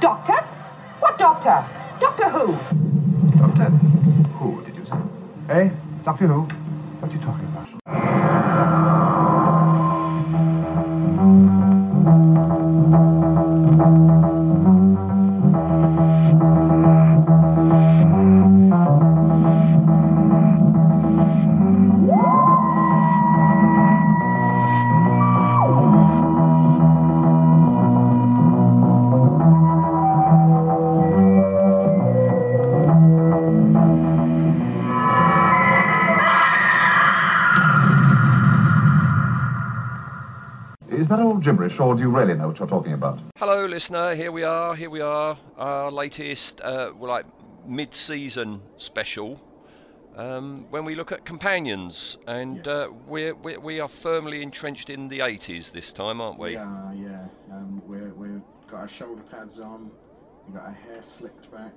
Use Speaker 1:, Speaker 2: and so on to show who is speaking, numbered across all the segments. Speaker 1: Doctor? What doctor? Doctor who?
Speaker 2: Doctor Who, did you say?
Speaker 3: Hey, Doctor Who? What are you talking about?
Speaker 2: Is that all gibberish, or do you really know what you're talking about?
Speaker 4: Hello, listener. Here we are. Here we are. Our latest, uh, well, like mid-season special. Um, when we look at companions, and uh, we're, we we are firmly entrenched in the '80s this time, aren't we?
Speaker 5: Yeah, yeah. Um, we're, we've got our shoulder pads on, we've got our hair slicked back.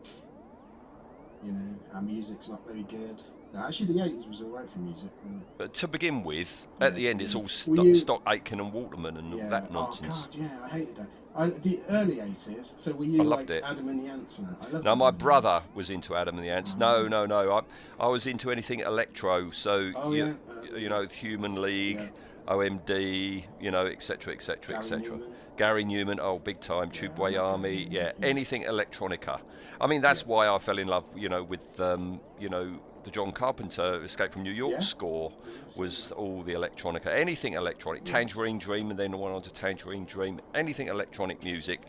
Speaker 5: You know, our music's not very good. No, actually, the 80s was alright for music. wasn't it?
Speaker 4: But to begin with, at
Speaker 5: Yeah,
Speaker 4: the
Speaker 5: to
Speaker 4: end, it's
Speaker 5: begin
Speaker 4: all
Speaker 5: with. Were
Speaker 4: stock,
Speaker 5: you-
Speaker 4: stock Aitken and Waterman and all that
Speaker 5: Oh,
Speaker 4: nonsense.
Speaker 5: God, yeah, I hated that. I, the early 80s, so were you
Speaker 4: I loved
Speaker 5: like
Speaker 4: it.
Speaker 5: Adam and the Ants and that? I loved
Speaker 4: No, my
Speaker 5: Adam and the
Speaker 4: brother
Speaker 5: Ants.
Speaker 4: was into Adam and the Ants. No, no, no. I, I was into anything electro. So
Speaker 5: Oh,
Speaker 4: you,
Speaker 5: yeah.
Speaker 4: you know, Human League, OMD, you know, etc., etc.,
Speaker 5: Gary
Speaker 4: etc.
Speaker 5: Newman. Mm.
Speaker 4: Gary Newman, oh, big time. Tubeway
Speaker 5: I like
Speaker 4: Army, yeah, anything electronica. I mean, that's why I fell in love, you know, with um, you know, the John Carpenter Escape from New York
Speaker 5: Yeah.
Speaker 4: score was all the electronica, anything electronic, Tangerine Dream, and then went on to Tangerine Dream, anything electronic music.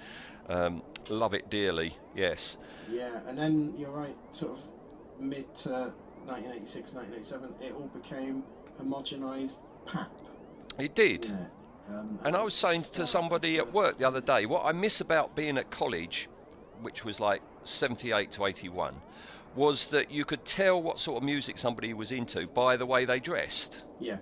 Speaker 4: Um, love it dearly, yes.
Speaker 5: Yeah, and then you're right, sort of mid to 1986, 1987, it all became homogenized pap.
Speaker 4: It did.
Speaker 5: didn't it? Um,
Speaker 4: And
Speaker 5: it
Speaker 4: I was saying to
Speaker 5: started
Speaker 4: somebody
Speaker 5: with
Speaker 4: at work the other day, what I miss about being at college, which was like 78 to 81, was that you could tell what sort of music somebody was into by the way they dressed.
Speaker 5: Yeah,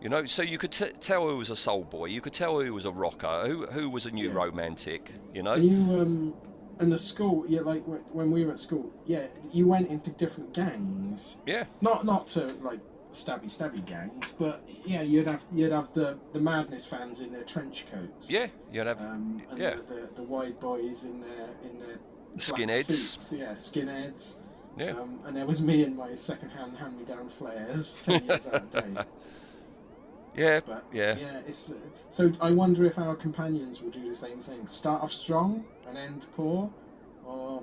Speaker 4: You know, so you could t- tell who was a soul boy, you could tell who was a rocker, who who was a new
Speaker 5: Yeah.
Speaker 4: romantic. You know,
Speaker 5: Are you um in the school? Yeah, like wh- when we were at school. Yeah, you went into different gangs.
Speaker 4: yeah,
Speaker 5: Not not to like stabby stabby gangs, but yeah, you'd have you'd have the the madness fans in their trench coats.
Speaker 4: yeah. You'd have
Speaker 5: Um, and
Speaker 4: Yeah.
Speaker 5: The, the, the wide boys in their in their black
Speaker 4: Skinheads.
Speaker 5: Suits. Yeah, skinheads.
Speaker 4: yeah.
Speaker 5: Um, and there was me and my second-hand hand-me-down flares, ten years out of date.
Speaker 4: yeah,
Speaker 5: But
Speaker 4: yeah,
Speaker 5: yeah, it's uh, so. I wonder if our companions will do the same thing: start off strong and end poor, or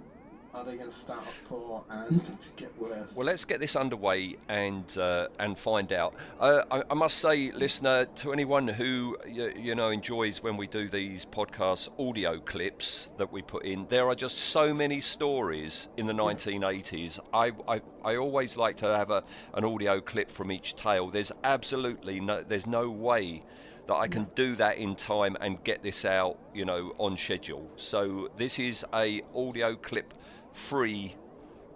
Speaker 5: are they going to start off poor and get worse?
Speaker 4: Well, let's get this underway and uh, and find out. Uh, I, I must say, listener, to anyone who you, you know enjoys when we do these podcast audio clips that we put in, there are just so many stories in the 1980s. I I, I always like to have a, an audio clip from each tale. There's absolutely no there's no way that I can do that in time and get this out, you know, on schedule. So this is a audio clip free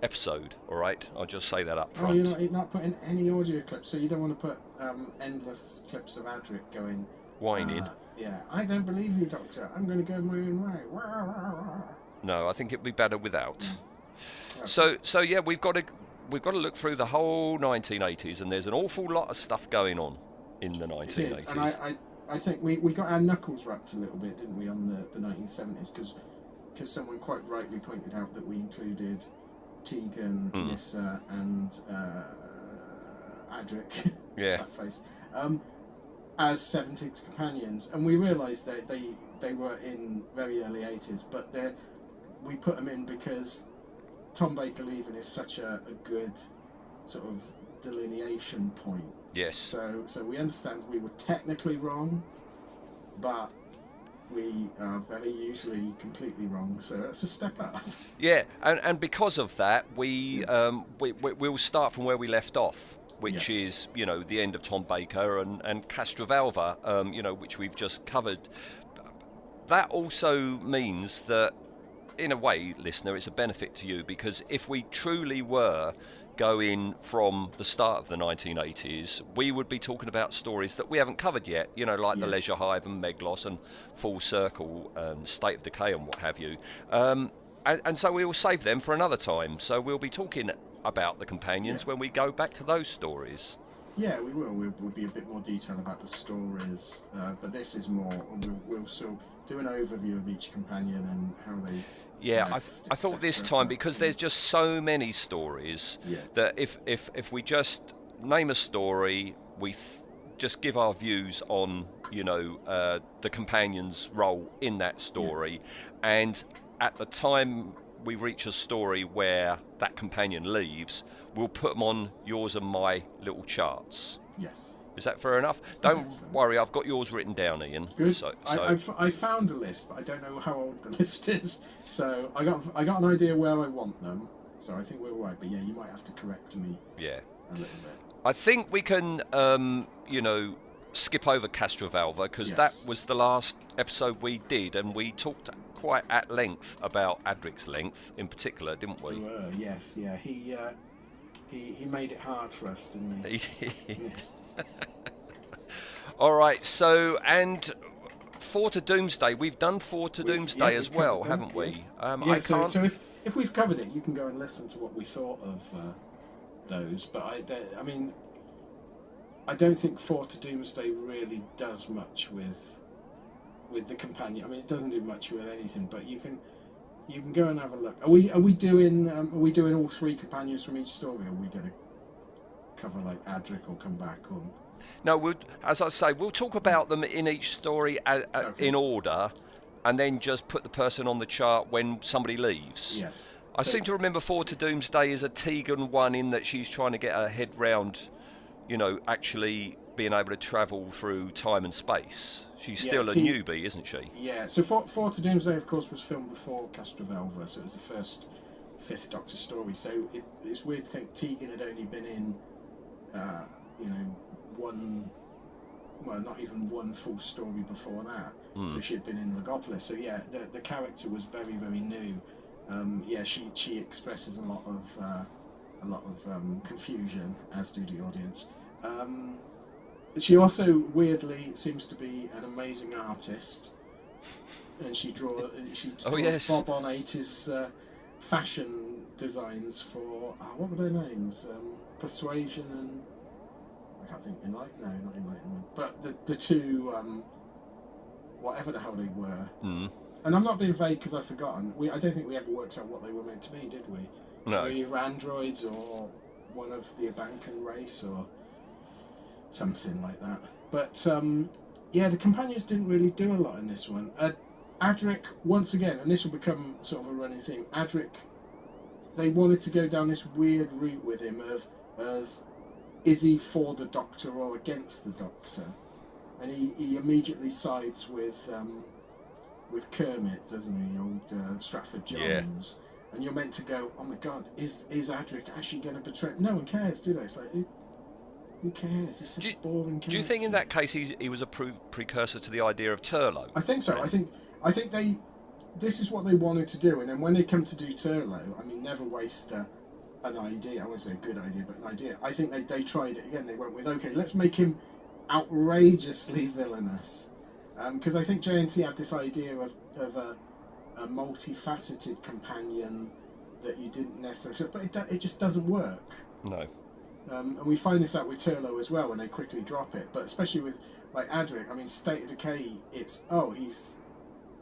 Speaker 4: episode. All right, I'll just say that up
Speaker 5: Oh, you're
Speaker 4: front.
Speaker 5: not, you're not putting any audio clips, so you don't want to put um, endless clips of Adric going.
Speaker 4: Whining.
Speaker 5: uh, yeah, I don't believe you, Doctor. I'm going to go my own way. Wah, wah, wah, wah.
Speaker 4: No, I think it'd be better without.
Speaker 5: Okay.
Speaker 4: So, so yeah, we've got to we've got to look through the whole 1980s, and there's an awful lot of stuff going on in the
Speaker 5: It is,
Speaker 4: 1980s.
Speaker 5: and I, I, I think we, we got our knuckles wrapped a little bit, didn't we, on the, the 1970s? Because someone quite rightly pointed out that we included Tegan,
Speaker 4: Hmm.
Speaker 5: Nissa, and uh, Adric,
Speaker 4: Yeah.
Speaker 5: that face, um, as 70s companions. And we realised that they, they were in very early 80s, but they're, we put them in because Tom Baker leaving is such a, a good sort of delineation point.
Speaker 4: yes,
Speaker 5: So, so we understand we were technically wrong, but we are very usually completely wrong. So that's a step up.
Speaker 4: yeah, and and because of that, we um we, we we'll start from where we left off. Which
Speaker 5: Yes.
Speaker 4: is, you know, the end of Tom Baker and and Castrovalva, um, you know, which we've just covered. That also means that, in a way, listener, it's a benefit to you because if we truly were going from the start of the 1980s, we would be talking about stories that we haven't covered yet, you know, like the
Speaker 5: Yeah.
Speaker 4: Leisure Hive and Meglos and Full Circle and State of Decay and what have you. Um, and, and so we will save them for another time. So we'll be talking about the companions
Speaker 5: Yeah.
Speaker 4: when we go back to those stories.
Speaker 5: Yeah, we will. We'll, we'll be a bit more detailed about the stories, uh, but this is more. We'll, we'll sort do an overview of each companion and how they.
Speaker 4: Yeah, I,
Speaker 5: left,
Speaker 4: I thought this
Speaker 5: etc.
Speaker 4: time because there's just so many stories
Speaker 5: Yeah.
Speaker 4: that if if if we just name a story, we th- just give our views on you know uh, the companion's role in that story, and at the time we reach a story where that companion leaves, we'll put them on yours and my little charts.
Speaker 5: Yes.
Speaker 4: Is that fair enough? Don't
Speaker 5: that's fair.
Speaker 4: worry, I've got yours written down, Ian.
Speaker 5: Good.
Speaker 4: So, so
Speaker 5: I, I f- I found a list, but I don't know how old the list is. So I got I got an idea where I want them. So I think we're all right. But yeah, you might have to correct me
Speaker 4: yeah.
Speaker 5: a little bit.
Speaker 4: I think we can, um, you know, skip over Castrovalva because
Speaker 5: Yes.
Speaker 4: that was the last episode we did, and we talked quite at length about Adric's length in particular, didn't we?
Speaker 5: You were, yes. Yeah. He uh, he he made it hard for us, didn't he?
Speaker 4: All right. So and four to Doomsday. We've done four to
Speaker 5: We've-
Speaker 4: Doomsday
Speaker 5: yeah,
Speaker 4: as
Speaker 5: we've
Speaker 4: well,
Speaker 5: covered
Speaker 4: haven't
Speaker 5: them,
Speaker 4: we? Um,
Speaker 5: yeah.
Speaker 4: I
Speaker 5: so,
Speaker 4: can't.
Speaker 5: so if if we've covered it, you can go and listen to what we thought of uh, those. But I there- I mean, I don't think Four to Doomsday really does much with with the companion. I mean, it doesn't do much with anything. But you can you can go and have a look. Are we are we doing um, are we doing all three companions from each story? Or are we going to cover like Adric or come back or
Speaker 4: No, we'll, as I say, we'll talk about them in each story a, a,
Speaker 5: Okay.
Speaker 4: in order, and then just put the person on the chart when somebody leaves.
Speaker 5: yes?
Speaker 4: I
Speaker 5: So-
Speaker 4: seem to remember Forward to Doomsday is a Tegan one in that she's trying to get her head round, you know, actually being able to travel through time and space. She's
Speaker 5: Yeah,
Speaker 4: still a
Speaker 5: Te-
Speaker 4: newbie, isn't she?
Speaker 5: Yeah, so Four, Four to Doomsday, of course, was filmed before Castrovelva, so it was the first Fifth Doctor story. So it, it's weird to think Tegan had only been in, uh, you know, one, well, not even one full story before that.
Speaker 4: Hmm.
Speaker 5: So she had been in Legopolis. So yeah, the, the character was very, very new. Um, yeah, she, she expresses a lot of uh, a lot of um, confusion, as do the audience. Um, she also weirdly seems to be an amazing artist, and she draws she
Speaker 4: Oh,
Speaker 5: draws
Speaker 4: yes.
Speaker 5: Bob on eighties uh, fashion designs for uh, what were their names? Um, Persuasion and I can't think Enlighten. No, not Enlightenment. But the the two um, whatever the hell they were.
Speaker 4: Mm.
Speaker 5: And I'm not being vague because I've forgotten. We I don't think we ever worked out what they were meant to be, did we? Were
Speaker 4: No.
Speaker 5: you androids or one of the Abankan race or something like that? But um, yeah, the companions didn't really do a lot in this one. Uh, Adric, once again, and this will become sort of a running thing. Adric, they wanted to go down this weird route with him of as is he for the Doctor or against the Doctor, and he, he immediately sides with um, with Kermit, doesn't he? Old uh, Stratford
Speaker 4: Yeah.
Speaker 5: Jones and you're meant to go, oh my god, is is Adric actually going to betray? No one cares, do they? It's like, who, who cares? It's such
Speaker 4: Do you-
Speaker 5: a boring.
Speaker 4: Do you think in
Speaker 5: character.
Speaker 4: that case he's, he was a pre- precursor to the idea of Turlo?
Speaker 5: I think so. I think I think they this is what they wanted to do, and then when they come to do Turlo, I mean, never waste a, an idea. I won't say a good idea, but an idea. I think they they tried it again. They went with okay, let's make him outrageously villainous, because I think JNT had this idea of of a, a multifaceted companion that you didn't necessarily, but it, do- it just doesn't work.
Speaker 4: No.
Speaker 5: Um, and we find this out with Turlo as well when they quickly drop it, but especially with like Adric. I mean, State of Decay. It's oh, he's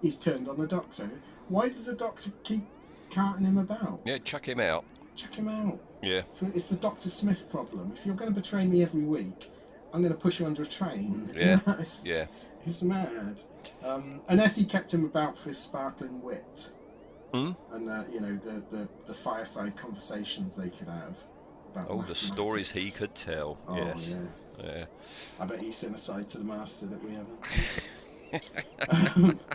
Speaker 5: he's turned on the Doctor. Why does the Doctor keep carting him about?
Speaker 4: Yeah, chuck him out.
Speaker 5: Check him out.
Speaker 4: Yeah.
Speaker 5: So it's the Doctor Smith problem. If you're going to betray me every week, I'm going to push you under a train.
Speaker 4: Mm, Yeah,
Speaker 5: it's,
Speaker 4: yeah.
Speaker 5: It's mad. Um, unless he kept him about for his sparkling wit.
Speaker 4: Hmm?
Speaker 5: And uh, you know the, the the fireside conversations they could have. About
Speaker 4: Oh, the stories he
Speaker 5: mathematics.
Speaker 4: could tell.
Speaker 5: Oh,
Speaker 4: yes.
Speaker 5: yeah.
Speaker 4: Yeah.
Speaker 5: I bet he's sent aside to the master that we haven't. um,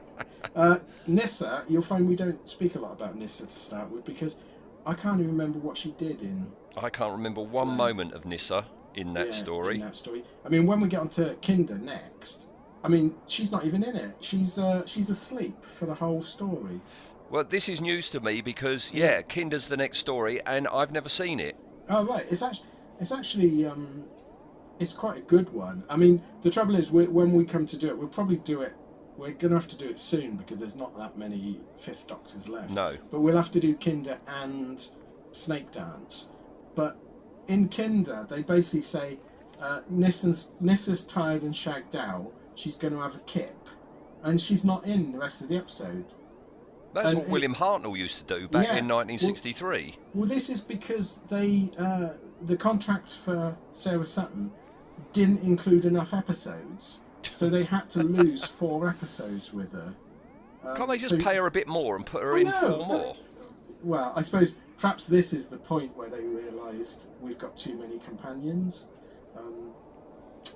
Speaker 5: uh, Nissa, you'll find we don't speak a lot about Nissa to start with because I can't even remember what she did in
Speaker 4: I can't remember one
Speaker 5: No.
Speaker 4: moment of Nissa in that
Speaker 5: yeah,
Speaker 4: story.
Speaker 5: In that story. I mean, when we get onto Kinder next, I mean, she's not even in it. She's uh, she's asleep for the whole story.
Speaker 4: Well, this is news to me because yeah, Kinder's the next story, and I've never seen it.
Speaker 5: Oh right, it's actually it's actually um, it's quite a good one. I mean, the trouble is we, when we come to do it, we'll probably do it. We're gonna have to do it soon because there's not that many Fifth Doctors left.
Speaker 4: No.
Speaker 5: but we'll have to do Kinder and Snake Dance. But in Kinder, they basically say uh, Nissa's, Nissa's tired and shagged out. She's going to have a kip, and she's not in the rest of the episode.
Speaker 4: That's
Speaker 5: And
Speaker 4: what
Speaker 5: it-
Speaker 4: William Hartnell used to do back
Speaker 5: Yeah,
Speaker 4: in
Speaker 5: well-
Speaker 4: 1963.
Speaker 5: Well, this is because they uh, the contract for Sarah Sutton didn't include enough episodes, so they had to lose four episodes with her. Um,
Speaker 4: Can't they just
Speaker 5: so-
Speaker 4: pay her a bit more and put her
Speaker 5: I
Speaker 4: in
Speaker 5: know,
Speaker 4: four
Speaker 5: that-
Speaker 4: more?
Speaker 5: Well, I suppose perhaps this is the point where they realised we've got too many companions. Um,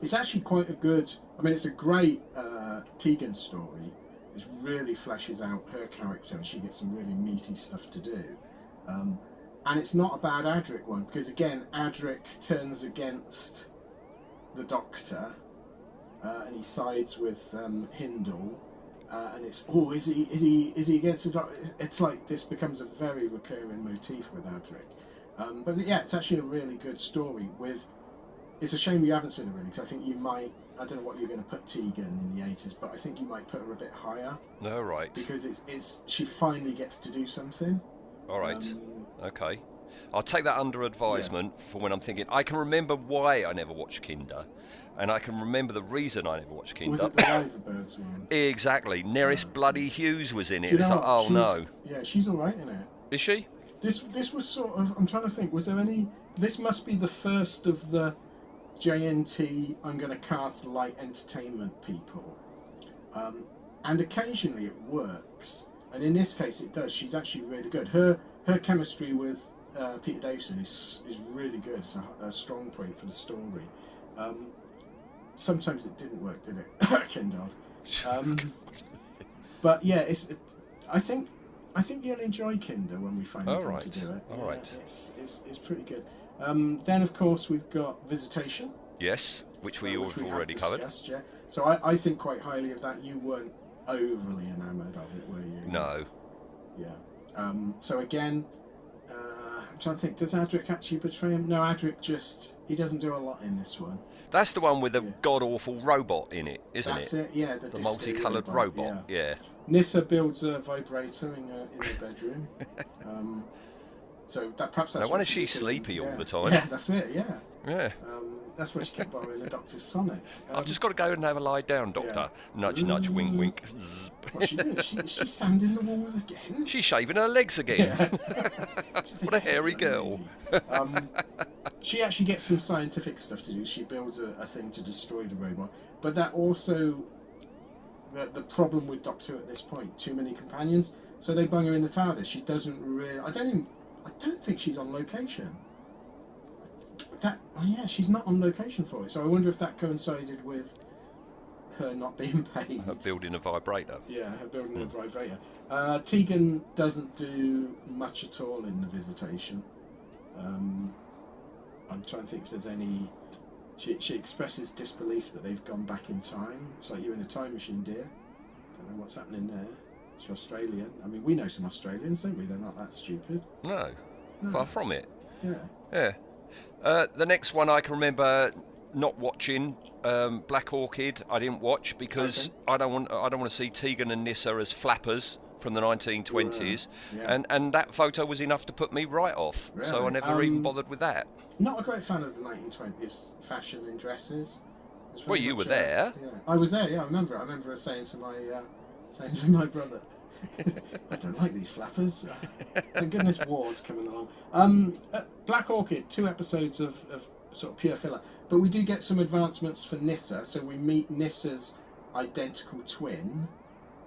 Speaker 5: it's actually quite a good. I mean, it's a great uh, Tegan story. It really fleshes out her character, and she gets some really meaty stuff to do. Um, and it's not a bad Adric one because again, Adric turns against the Doctor, uh, and he sides with um, Hindle. Uh, and it's oh, is he is he is he against the Doctor? It's like this becomes a very recurring motif with Adric. Um, but yeah, it's actually a really good story. With it's a shame you haven't seen it really because I think you might. I don't know what you're going to put Tegan in the 80s, but I think you might put her a bit higher
Speaker 4: No, right.
Speaker 5: because it's it's she finally gets to do something.
Speaker 4: All right.
Speaker 5: Um,
Speaker 4: Okay. I'll take that under advisement for when I'm thinking. I can remember why I never watched Kinder, and I can remember the reason I never watched
Speaker 5: was
Speaker 4: Kinder.
Speaker 5: it the Riverbirds one?
Speaker 4: exactly. Neris Bloody Hughes was in it.
Speaker 5: Do you
Speaker 4: it's
Speaker 5: know
Speaker 4: like,
Speaker 5: what?
Speaker 4: oh
Speaker 5: She's-
Speaker 4: no.
Speaker 5: Yeah, she's all right in it.
Speaker 4: Is she?
Speaker 5: This this was sort of. I'm trying to think. Was there any? This must be the first of the JNT. I'm going to cast light entertainment people, um, and occasionally it works. And in this case, it does. She's actually really good. Her her chemistry with uh, Peter Davison is is really good. It's a, a strong point for the story. Um, sometimes it didn't work, did it, Kindled? Um, but yeah, it's. It, I think I think you'll enjoy Kinder when we find out how
Speaker 4: Alright,
Speaker 5: to do it. Yeah,
Speaker 4: alright.
Speaker 5: It's, it's it's pretty good. Um, then of course we've got Visitation,
Speaker 4: Yes, which we
Speaker 5: uh,
Speaker 4: all have
Speaker 5: have
Speaker 4: already covered.
Speaker 5: discussed, Yeah. So I, I think quite highly of that. You weren't overly enamoured of it, were you?
Speaker 4: No.
Speaker 5: Yeah. Um, so again, uh, I'm trying to think. Does Adric actually betray him? No, Adric just he doesn't do a lot in this one.
Speaker 4: That's the one with the
Speaker 5: Yeah.
Speaker 4: god awful robot in it, isn't
Speaker 5: That's
Speaker 4: it?
Speaker 5: it? Yeah. The,
Speaker 4: The
Speaker 5: disco
Speaker 4: multicoloured
Speaker 5: robot.
Speaker 4: robot.
Speaker 5: yeah.
Speaker 4: Yeah.
Speaker 5: Nissa builds a vibrator in her, in her bedroom. um, so that perhaps that's
Speaker 4: No wonder
Speaker 5: what she
Speaker 4: she's
Speaker 5: was
Speaker 4: sleepy
Speaker 5: doing,
Speaker 4: all
Speaker 5: yeah.
Speaker 4: the time.
Speaker 5: Yeah, that's it. Yeah,
Speaker 4: Yeah.
Speaker 5: um, that's where she kept borrowing the Doctor's Sonic. Um,
Speaker 4: I've just got to go and have a lie down, Doctor. Nudge, nudge, wink, wink. Zzz.
Speaker 5: What's she doing? She, she's sanding the walls again.
Speaker 4: She's shaving her legs again. What a hairy girl.
Speaker 5: um, she actually gets some scientific stuff to do. She builds a, a thing to destroy the robot, but that also the, the problem with Doctor at this point: too many companions. So they bung her in the TARDIS. She doesn't really. I don't even. I don't think she's on location. That oh yeah, she's not on location for it. So I wonder if that coincided with her not being paid.
Speaker 4: Her building a vibrator.
Speaker 5: Yeah, her building a vibrator. Uh, Tegan doesn't do much at all in the visitation. Um, I'm trying to think if there's any. She, she expresses disbelief that they've gone back in time. It's like you're in a time machine, dear. Don't know what's happening there. She's Australian. I mean, we know some Australians, don't we? They're not that stupid.
Speaker 4: No,
Speaker 5: No.
Speaker 4: far from it.
Speaker 5: Yeah.
Speaker 4: Yeah. Uh, the next one I can remember not watching um, Black Orchid. I didn't watch because I don't want I don't want to see Tegan and Nissa as flappers from the 1920s,
Speaker 5: Yeah.
Speaker 4: and and that photo was enough to put me right off. So I
Speaker 5: Really?
Speaker 4: never even
Speaker 5: Um,
Speaker 4: bothered with that.
Speaker 5: Not a great fan of the 1920s fashion and dresses. It's
Speaker 4: Well,
Speaker 5: very
Speaker 4: you
Speaker 5: much
Speaker 4: were
Speaker 5: a-
Speaker 4: there.
Speaker 5: Yeah, I was there. Yeah, I remember. I remember her saying to my uh, saying to my brother, "I don't like these flappers." Uh, Thank goodness war's coming along. Um, uh, Black Orchid, two episodes of, of sort of pure filler, but we do get some advancements for Nissa. So we meet Nissa's identical twin.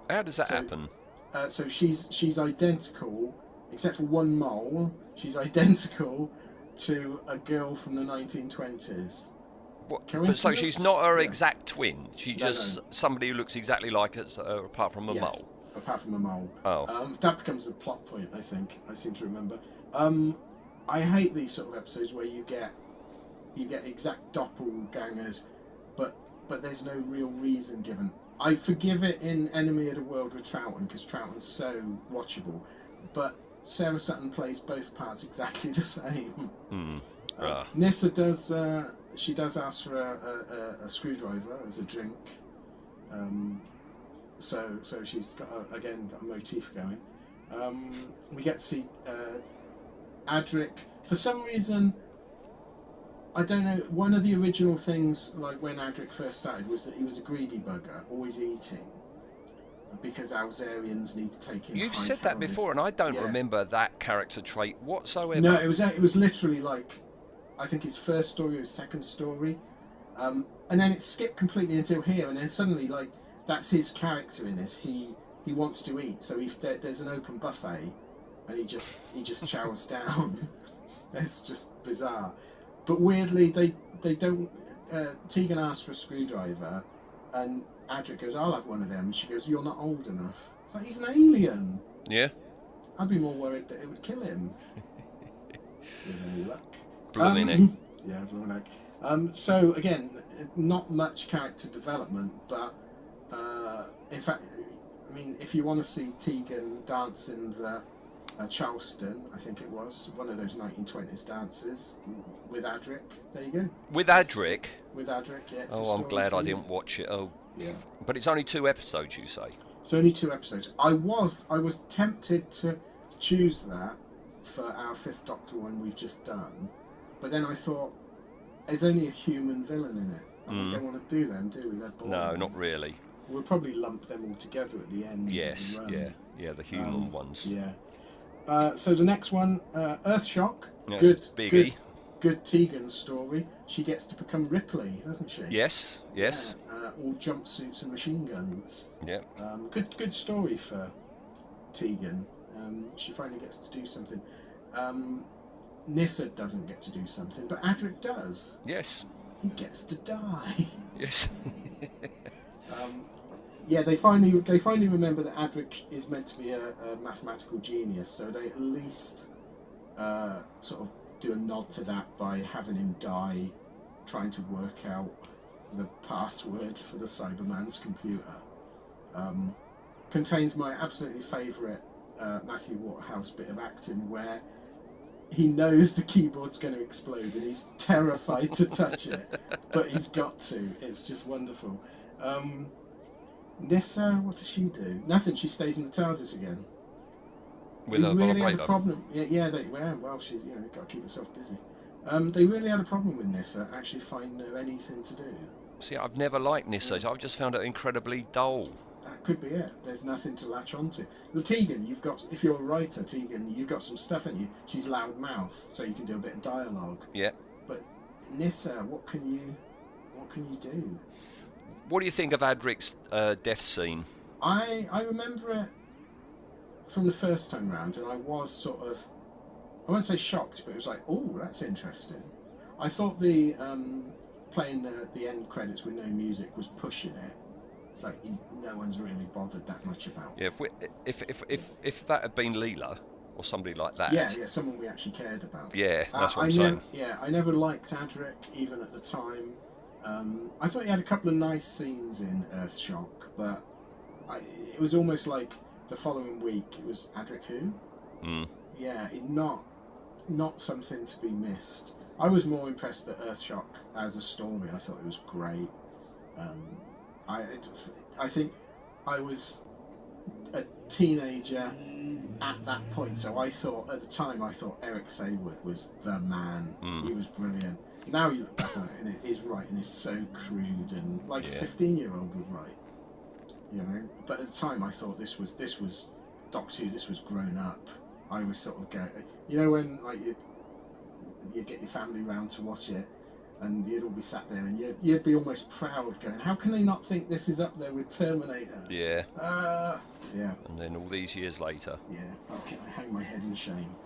Speaker 4: How does that
Speaker 5: So-
Speaker 4: happen?
Speaker 5: Uh, so she's she's identical, except for one mole. She's identical to a girl from the 1920s.
Speaker 4: What, but so she's
Speaker 5: coincidence?
Speaker 4: not her
Speaker 5: Yeah.
Speaker 4: exact twin. She
Speaker 5: No,
Speaker 4: just somebody who looks exactly like her, so- apart from a
Speaker 5: Yes,
Speaker 4: mole.
Speaker 5: Apart from a mole.
Speaker 4: Oh.
Speaker 5: Um, that becomes a plot point, I think. I seem to remember. Um, I hate these sort of episodes where you get you get exact doppelgangers, but but there's no real reason given. I forgive it in Enemy of the World with Troughton because Troughton's so watchable, but Sarah Sutton plays both parts exactly the same.
Speaker 4: Hmm.
Speaker 5: Uh,
Speaker 4: Ah.
Speaker 5: Nissa does. Uh, she does ask for a, a, a, a screwdriver as a drink. Um, so so she's got a, again got a motif going. Um, we get to see uh, Adric. For some reason, I don't know. One of the original things, like when Adric first started, was that he was a greedy bugger, always eating. because Alzarians need to take in.
Speaker 4: You've
Speaker 5: high
Speaker 4: said that
Speaker 5: calories.
Speaker 4: before, and I don't
Speaker 5: Yeah.
Speaker 4: remember that character trait whatsoever.
Speaker 5: No, it was it was literally like, I think his first story or his second story, um, and then it skipped completely until here, and then suddenly like that's his character in this. He he wants to eat, so if there, there's an open buffet, and he just he just chows down. it's just bizarre, but weirdly they they don't. Uh, Tegan asks for a screwdriver, and Adric goes, "I'll have one of them." And she goes, "You're not old enough." It's like he's an alien.
Speaker 4: Yeah,
Speaker 5: I'd be more worried that it would kill him. With any luck.
Speaker 4: brilliant.
Speaker 5: Um, yeah, blimey luck. Um, so again, not much character development, but uh, in fact, I mean, if you want to see Tegan dance in the uh, Charleston, I think it was one of those 1920s dances mm, with Adric. There you go.
Speaker 4: With Adric,
Speaker 5: With Adric, yeah. it's a
Speaker 4: oh, I'm
Speaker 5: story
Speaker 4: glad
Speaker 5: for
Speaker 4: I
Speaker 5: you.
Speaker 4: didn't watch it. Oh,
Speaker 5: Yeah.
Speaker 4: but it's only two episodes, you say?
Speaker 5: So only two episodes. I was I was tempted to choose that for our fifth Doctor one we've just done, but then I thought there's only a human villain in it. And
Speaker 4: Mm.
Speaker 5: We don't want to do them, do we? They're boring.
Speaker 4: No, not really.
Speaker 5: We'll probably lump them all together at the end. of the
Speaker 4: Yes,
Speaker 5: run.
Speaker 4: yeah, yeah, the human
Speaker 5: Um,
Speaker 4: ones.
Speaker 5: Yeah. Uh, so the next one, uh, Earth Shock.
Speaker 4: That's
Speaker 5: good,
Speaker 4: a biggie.
Speaker 5: good, good Tegan story. She gets to become Ripley, doesn't she?
Speaker 4: Yes, yes,
Speaker 5: Yeah, uh, all jumpsuits and machine guns.
Speaker 4: yeah.
Speaker 5: Um, good, good story for Tegan. Um, she finally gets to do something. Um, Nissa doesn't get to do something, but Adric does.
Speaker 4: yes,
Speaker 5: He gets to die.
Speaker 4: yes.
Speaker 5: Um, yeah, they finally they finally remember that Adric is meant to be a, a mathematical genius, so they at least uh, sort of do a nod to that by having him die trying to work out the password for the Cyberman's computer. Um, contains my absolutely favourite uh, Matthew Waterhouse bit of acting where he knows the keyboard's going to explode and he's terrified to touch it, but he's got to. It's just wonderful. Um, Nessa, uh, what does she do? Nothing. She stays in the TARDIS again.
Speaker 4: With
Speaker 5: they
Speaker 4: a
Speaker 5: really had a
Speaker 4: vibrator.
Speaker 5: problem. Yeah, yeah. They, well, well, she's you know got to keep herself busy. Um, they really had a problem with Nessa actually finding her anything to do.
Speaker 4: See, I've never liked Nissa. I've just found it incredibly dull.
Speaker 5: That could be it. There's nothing to latch onto. Well, Tegan, you've got if you're a writer, Tegan, you've got some stuff in you. She's loud mouthed, so you can do a bit of dialogue.
Speaker 4: Yeah.
Speaker 5: But Nissa, what can you, what can you do?
Speaker 4: What do you think of Adric's uh, death scene?
Speaker 5: I I remember it from the first time round, and I was sort of I won't say shocked, but it was like, oh, that's interesting. I thought the um, playing the, the end credits with no music was pushing it. It's like you- no one's really bothered that much about.
Speaker 4: Yeah, if, we, if if if if that had been Leela or somebody like that.
Speaker 5: yeah, yeah, someone we actually cared about.
Speaker 4: Yeah, that's what
Speaker 5: Uh, I
Speaker 4: I'm
Speaker 5: nev-
Speaker 4: saying.
Speaker 5: yeah, I never liked Adric even at the time. Um, I thought he had a couple of nice scenes in Earthshock, but I, it was almost like the following week it was Adric who.
Speaker 4: Mm.
Speaker 5: Yeah, it not not something to be missed. I was more impressed that Earthshock as a story. I thought it was great. Um, I I think I was a teenager at that point, so I thought at the time I thought Eric Sayward was the man.
Speaker 4: Mm.
Speaker 5: He was brilliant. Now you look back on it and it is right and it's so crude and like a
Speaker 4: Yeah.
Speaker 5: fifteen year old would write. You know? But at the time I thought this was this was Doctor Who, this was grown up. I was sort of go you know when like you you get your family round to watch it and you'd all be sat there and you'd, you'd be almost proud going, How can they not think this is up there with Terminator?
Speaker 4: Yeah,
Speaker 5: Uh, yeah,
Speaker 4: and then all these years later,
Speaker 5: yeah. Okay, I hang my head in shame.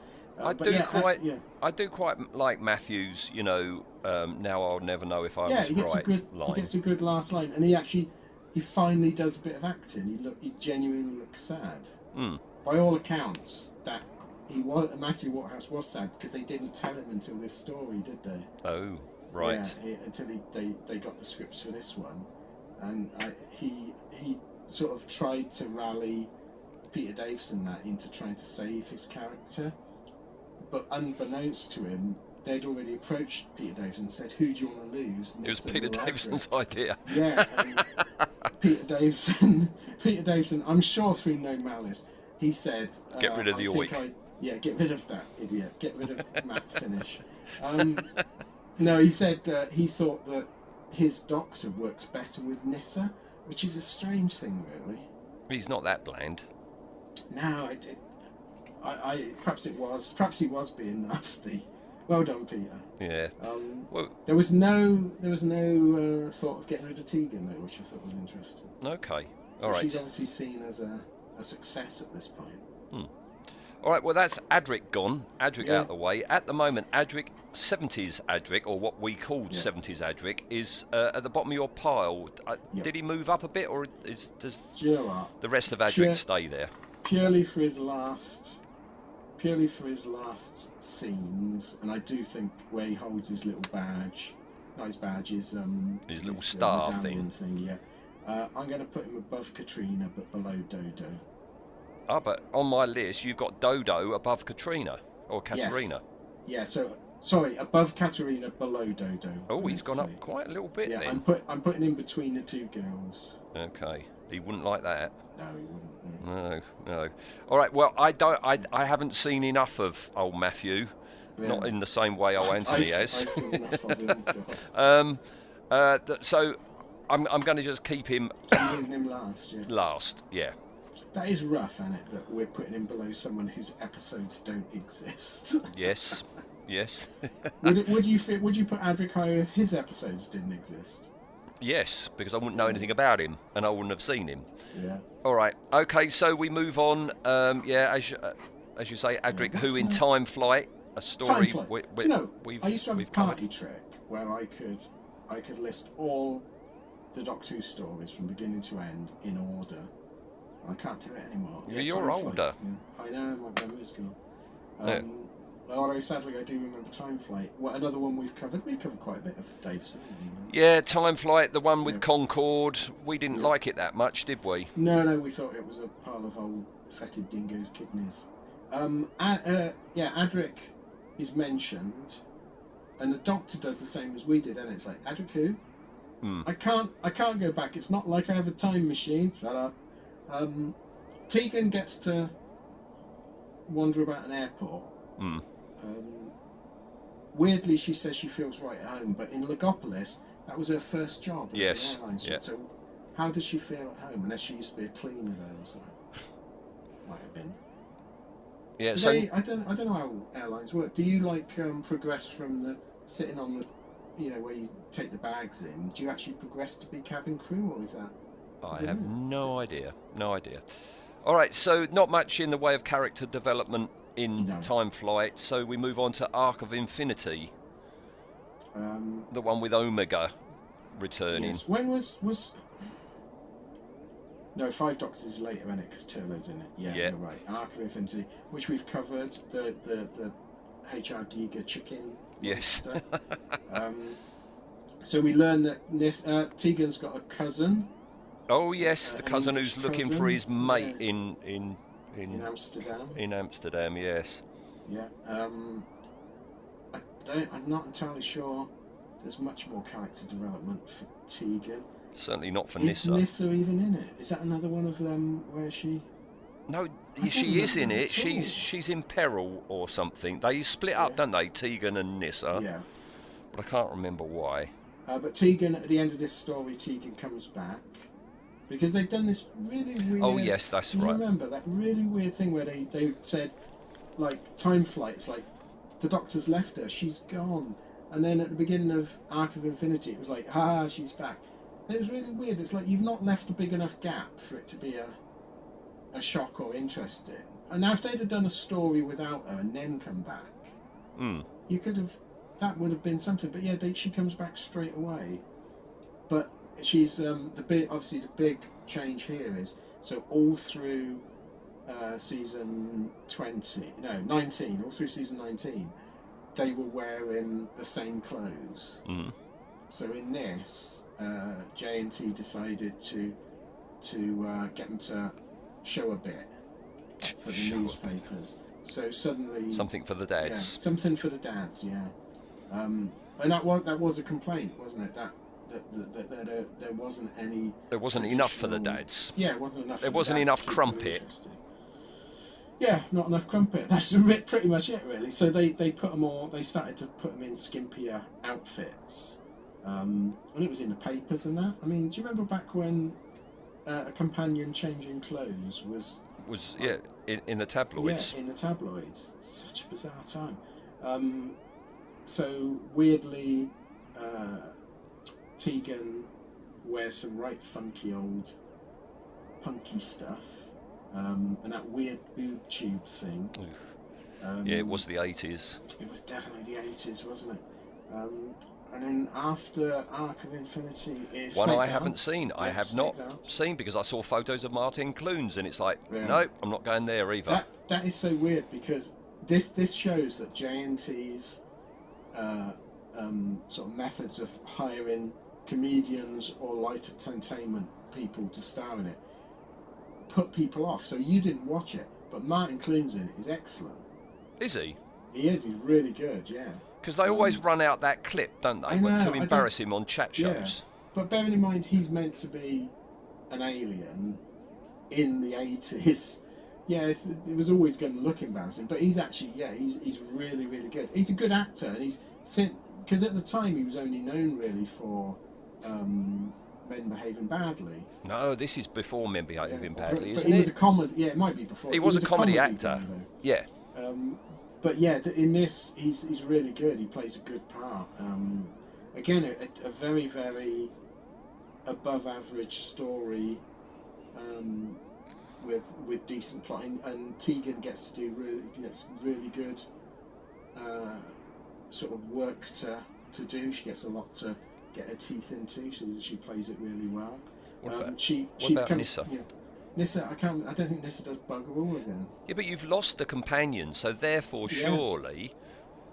Speaker 5: Uh,
Speaker 4: I
Speaker 5: but
Speaker 4: do
Speaker 5: yeah, uh,
Speaker 4: quite-
Speaker 5: yeah,
Speaker 4: I do quite m- like Matthews. You know, um, now I'll never know if I
Speaker 5: yeah.
Speaker 4: was
Speaker 5: He gets
Speaker 4: right.
Speaker 5: a good, he
Speaker 4: line.
Speaker 5: gets a good last line, and he actually, he finally does a bit of acting. He look, he genuinely looks sad.
Speaker 4: Mm.
Speaker 5: By all accounts, that he was Matthew Waterhouse was sad because they didn't tell him until this story, did they?
Speaker 4: Oh, right.
Speaker 5: Yeah, he- until he, they, they got the scripts for this one, and I, he he sort of tried to rally Peter Davison that into trying to save his character, but unbeknownst to him, they'd already approached Peter Davison and said, "Who do you want to lose?" And
Speaker 4: It was
Speaker 5: they said,
Speaker 4: Peter
Speaker 5: "Well, Adric."
Speaker 4: Davison's idea.
Speaker 5: Yeah, and Peter Davison. Peter Davison. I'm sure through no malice, he said, uh,
Speaker 4: Get rid of
Speaker 5: I
Speaker 4: the
Speaker 5: think
Speaker 4: oik."
Speaker 5: I- Yeah, get rid of that idiot. Get rid of Matt Finish. Um, no, he said uh, he thought that his doctor works better with Nissa, which is a strange thing, really.
Speaker 4: He's not that bland.
Speaker 5: No, it, it, I, I perhaps it was perhaps he was being nasty. Well done, Peter.
Speaker 4: Yeah.
Speaker 5: Um,
Speaker 4: Well,
Speaker 5: there was no there was no uh, thought of getting rid of Tegan though, which I thought was interesting.
Speaker 4: okay.
Speaker 5: So
Speaker 4: All
Speaker 5: she's
Speaker 4: right.
Speaker 5: obviously seen as a, a success at this point.
Speaker 4: All right. Well, that's Adric gone. Adric
Speaker 5: Yeah.
Speaker 4: out the way. At the moment, Adric, 70s Adric, or what we called
Speaker 5: Yeah.
Speaker 4: 70s Adric, is uh, at the bottom of your pile. Uh,
Speaker 5: Yeah.
Speaker 4: Did he move up a bit, or is, does
Speaker 5: Gerard
Speaker 4: the rest of Adric
Speaker 5: Sure.
Speaker 4: stay there?
Speaker 5: purely for his last purely for his last scenes and I do think where he holds his little badge not his badge his um
Speaker 4: His little
Speaker 5: uh,
Speaker 4: star
Speaker 5: medallion thing yeah uh, I'm going to put him above Katrina but below Dodo
Speaker 4: Ah, but on my list, you've got Dodo above Katrina or Katerina.
Speaker 5: yeah so sorry above Katerina below Dodo I
Speaker 4: Oh, he's
Speaker 5: meant
Speaker 4: gone
Speaker 5: to
Speaker 4: up
Speaker 5: say.
Speaker 4: quite a little bit
Speaker 5: yeah I'm
Speaker 4: then.
Speaker 5: put I'm putting him between the two girls
Speaker 4: Okay. He wouldn't like that.
Speaker 5: no he wouldn't no.
Speaker 4: No, no. All right. Well, I don't. I, I haven't seen enough of old Matthew. Not
Speaker 5: Yeah.
Speaker 4: in the same way old Anthony
Speaker 5: I've,
Speaker 4: has.
Speaker 5: I've seen enough of him God.
Speaker 4: Um, uh, th- so I'm, I'm going to just keep him
Speaker 5: I'm leaving him last yeah
Speaker 4: last. Yeah.
Speaker 5: That is rough, is it? That we're putting him below someone whose episodes don't exist.
Speaker 4: Yes. Yes.
Speaker 5: would, it, would you fit, Would you put Adric higher if his episodes didn't exist?
Speaker 4: yes. Because I wouldn't know anything about him, and I wouldn't have seen him.
Speaker 5: Yeah.
Speaker 4: All right. Okay. So we move on. Um, yeah. As you, uh, as you say, Adric, who in time flight, a
Speaker 5: Time
Speaker 4: story
Speaker 5: flight.
Speaker 4: we,
Speaker 5: Do
Speaker 4: we,
Speaker 5: you know,
Speaker 4: we've
Speaker 5: I used to have a
Speaker 4: we've covered.
Speaker 5: party trick where I could, I could list all the Doctor Who stories from beginning to end in order. I can't do it anymore.
Speaker 4: You're- you're
Speaker 5: time flight,
Speaker 4: older.
Speaker 5: yeah. I know my memory's gone. Um,
Speaker 4: Yeah.
Speaker 5: Although sadly I do remember Time Flight. Well, another one we've covered. We've covered quite a bit of Dave's.
Speaker 4: Yeah, time flight. The one with
Speaker 5: Yeah.
Speaker 4: Concord. We didn't
Speaker 5: Yeah.
Speaker 4: like it that much, did we?
Speaker 5: No, no, we thought it was a pile of old fetid dingoes' kidneys. Um, a- uh, yeah, Adric is mentioned, and the doctor does the same as we did, and it's like Adric who?
Speaker 4: Hmm.
Speaker 5: I can't, I can't go back. It's not like I have a time machine. Shut up. Um, Tegan gets to wander about an airport.
Speaker 4: Hmm.
Speaker 5: Um, weirdly, she says she feels right at home, but in Legopolis, that was her first job. as an
Speaker 4: Yes,
Speaker 5: airline steward.
Speaker 4: yeah.
Speaker 5: So, how does she feel at home? Unless she used to be a cleaner there or something. Might have been.
Speaker 4: Yeah.
Speaker 5: Do
Speaker 4: So
Speaker 5: they, I don't. I don't know how airlines work. Do you like um, progress from the sitting on the, you know, where you take the bags in? Do you actually progress to be cabin crew, or is that?
Speaker 4: I
Speaker 5: don't
Speaker 4: have
Speaker 5: know.
Speaker 4: no idea. No idea. All right, so not much in the way of character development in
Speaker 5: No.
Speaker 4: Time Flight, so we move on to Arc of Infinity,
Speaker 5: Um,
Speaker 4: the one with Omega returning.
Speaker 5: yes. When was was? No, Five Doctors is later, isn't it? Because Turlo's in it. Yeah,
Speaker 4: Yeah.
Speaker 5: you're right. Arc of Infinity, which we've covered. The the the HR Giga chicken.
Speaker 4: Yes.
Speaker 5: monster. um, so we learn that Nis, uh, Tegan's got a cousin
Speaker 4: Oh yes,
Speaker 5: Uh,
Speaker 4: the
Speaker 5: an
Speaker 4: cousin
Speaker 5: English
Speaker 4: who's looking for
Speaker 5: cousin,
Speaker 4: his mate
Speaker 5: yeah.
Speaker 4: in in in
Speaker 5: in Amsterdam.
Speaker 4: in Amsterdam. Yes.
Speaker 5: Yeah. Um, I don't, I'm not entirely sure. There's much more character development for Tegan.
Speaker 4: Certainly not for
Speaker 5: Is
Speaker 4: Nissa.
Speaker 5: Nissa even in it? Is that another one of them? Where is she?
Speaker 4: No,
Speaker 5: don't
Speaker 4: she is in
Speaker 5: remember
Speaker 4: it.
Speaker 5: at
Speaker 4: She's
Speaker 5: all.
Speaker 4: she's in peril or something. They split up,
Speaker 5: Yeah.
Speaker 4: don't they? Tegan and Nissa.
Speaker 5: Yeah.
Speaker 4: But I can't remember why.
Speaker 5: Uh, but Tegan, at the end of this story, Tegan comes back because they've done this really weird.
Speaker 4: Oh, yes, that's
Speaker 5: Do you
Speaker 4: right.
Speaker 5: Remember that really weird thing where they they said like time flights, like the Doctor's left her, she's gone, and then at the beginning of Arc of Infinity, it was like ah, she's back. It was really weird. It's like you've not left a big enough gap for it to be a a shock or interesting. And now if they'd have done a story without her and then come back,
Speaker 4: Hmm.
Speaker 5: you could have that would have been something but yeah they, she comes back straight away but she's um, the big obviously the big change here is so all through uh, season 20 no 19 all through season 19 they were wearing the same clothes
Speaker 4: hmm
Speaker 5: so in this, uh, J and T decided to to uh, get them to show a bit for the
Speaker 4: Show a bit.
Speaker 5: newspapers. So suddenly
Speaker 4: Something for the
Speaker 5: yeah,
Speaker 4: dads.
Speaker 5: something for the dads, yeah. Um, and that was that was a complaint, wasn't it? That that, that, that, that uh, there wasn't any.
Speaker 4: There wasn't enough for the
Speaker 5: traditional-
Speaker 4: dads.
Speaker 5: Yeah, it wasn't enough.
Speaker 4: There
Speaker 5: for the
Speaker 4: wasn't
Speaker 5: dads
Speaker 4: enough
Speaker 5: to keep them
Speaker 4: crumpet.
Speaker 5: interested. Yeah, not enough crumpet. That's re- pretty much it, really. So they they put them all. They started to put them in skimpier outfits, um, and it was in the papers and that. I mean, do you remember back when uh, a companion changing clothes was
Speaker 4: Was yeah in, in the tabloids.
Speaker 5: yeah, in the tabloids. Such a bizarre time. Um, so weirdly, uh, Tegan wears some right funky old punky stuff, um, and that weird boob tube thing.
Speaker 4: Oof.
Speaker 5: Um,
Speaker 4: Yeah, it was the 80s.
Speaker 5: It was definitely the eighties, wasn't it? Um, and then after Ark of Infinity is
Speaker 4: One I
Speaker 5: Snake
Speaker 4: haven't
Speaker 5: Dance.
Speaker 4: seen. I
Speaker 5: Yeah,
Speaker 4: have
Speaker 5: Snake
Speaker 4: not
Speaker 5: Dance.
Speaker 4: seen because I saw photos of Martin Clunes and it's like,
Speaker 5: Yeah.
Speaker 4: nope, I'm not going there either.
Speaker 5: That that is so weird because this this shows that JNT's uh, um, sort of methods of hiring comedians or light entertainment people to star in it put people off. So you didn't watch it, but Martin Clunes in it is excellent.
Speaker 4: Is he?
Speaker 5: He is. He's really good. Yeah.
Speaker 4: Because they always run out that clip, don't they?
Speaker 5: Um, I
Speaker 4: when-
Speaker 5: know, I
Speaker 4: to
Speaker 5: don't-
Speaker 4: embarrass him on chat shows.
Speaker 5: But bearing in mind, he's meant to be an alien in the 80s. Yeah, it's, it was always going to look embarrassing, but he's actually, yeah, he's, he's really, really good. He's a good actor, and he's since because at the time he was only known really for um, Men Behaving Badly.
Speaker 4: No, this is before Men Behaving
Speaker 5: Yeah,
Speaker 4: Badly,
Speaker 5: but
Speaker 4: isn't
Speaker 5: he was a
Speaker 4: it?
Speaker 5: comedy. Yeah, it might be before.
Speaker 4: He was a comedy actor.
Speaker 5: guy, though.
Speaker 4: Yeah.
Speaker 5: Um, but yeah, th- in this, he's he's really good. He plays a good part. Um, again, a, a very very above average story um, with with decent plotting, and Tegan gets to do really gets really good uh, sort of work to to do. She gets a lot to get her teeth into. She she plays it really well.
Speaker 4: What
Speaker 5: um,
Speaker 4: about-
Speaker 5: she
Speaker 4: what
Speaker 5: she
Speaker 4: about
Speaker 5: becomes,
Speaker 4: Nissa?
Speaker 5: Yeah. Nissa, I can't. I don't think Nissa does bugger all again.
Speaker 4: Yeah, but you've lost the companion, so therefore,
Speaker 5: Yeah.
Speaker 4: surely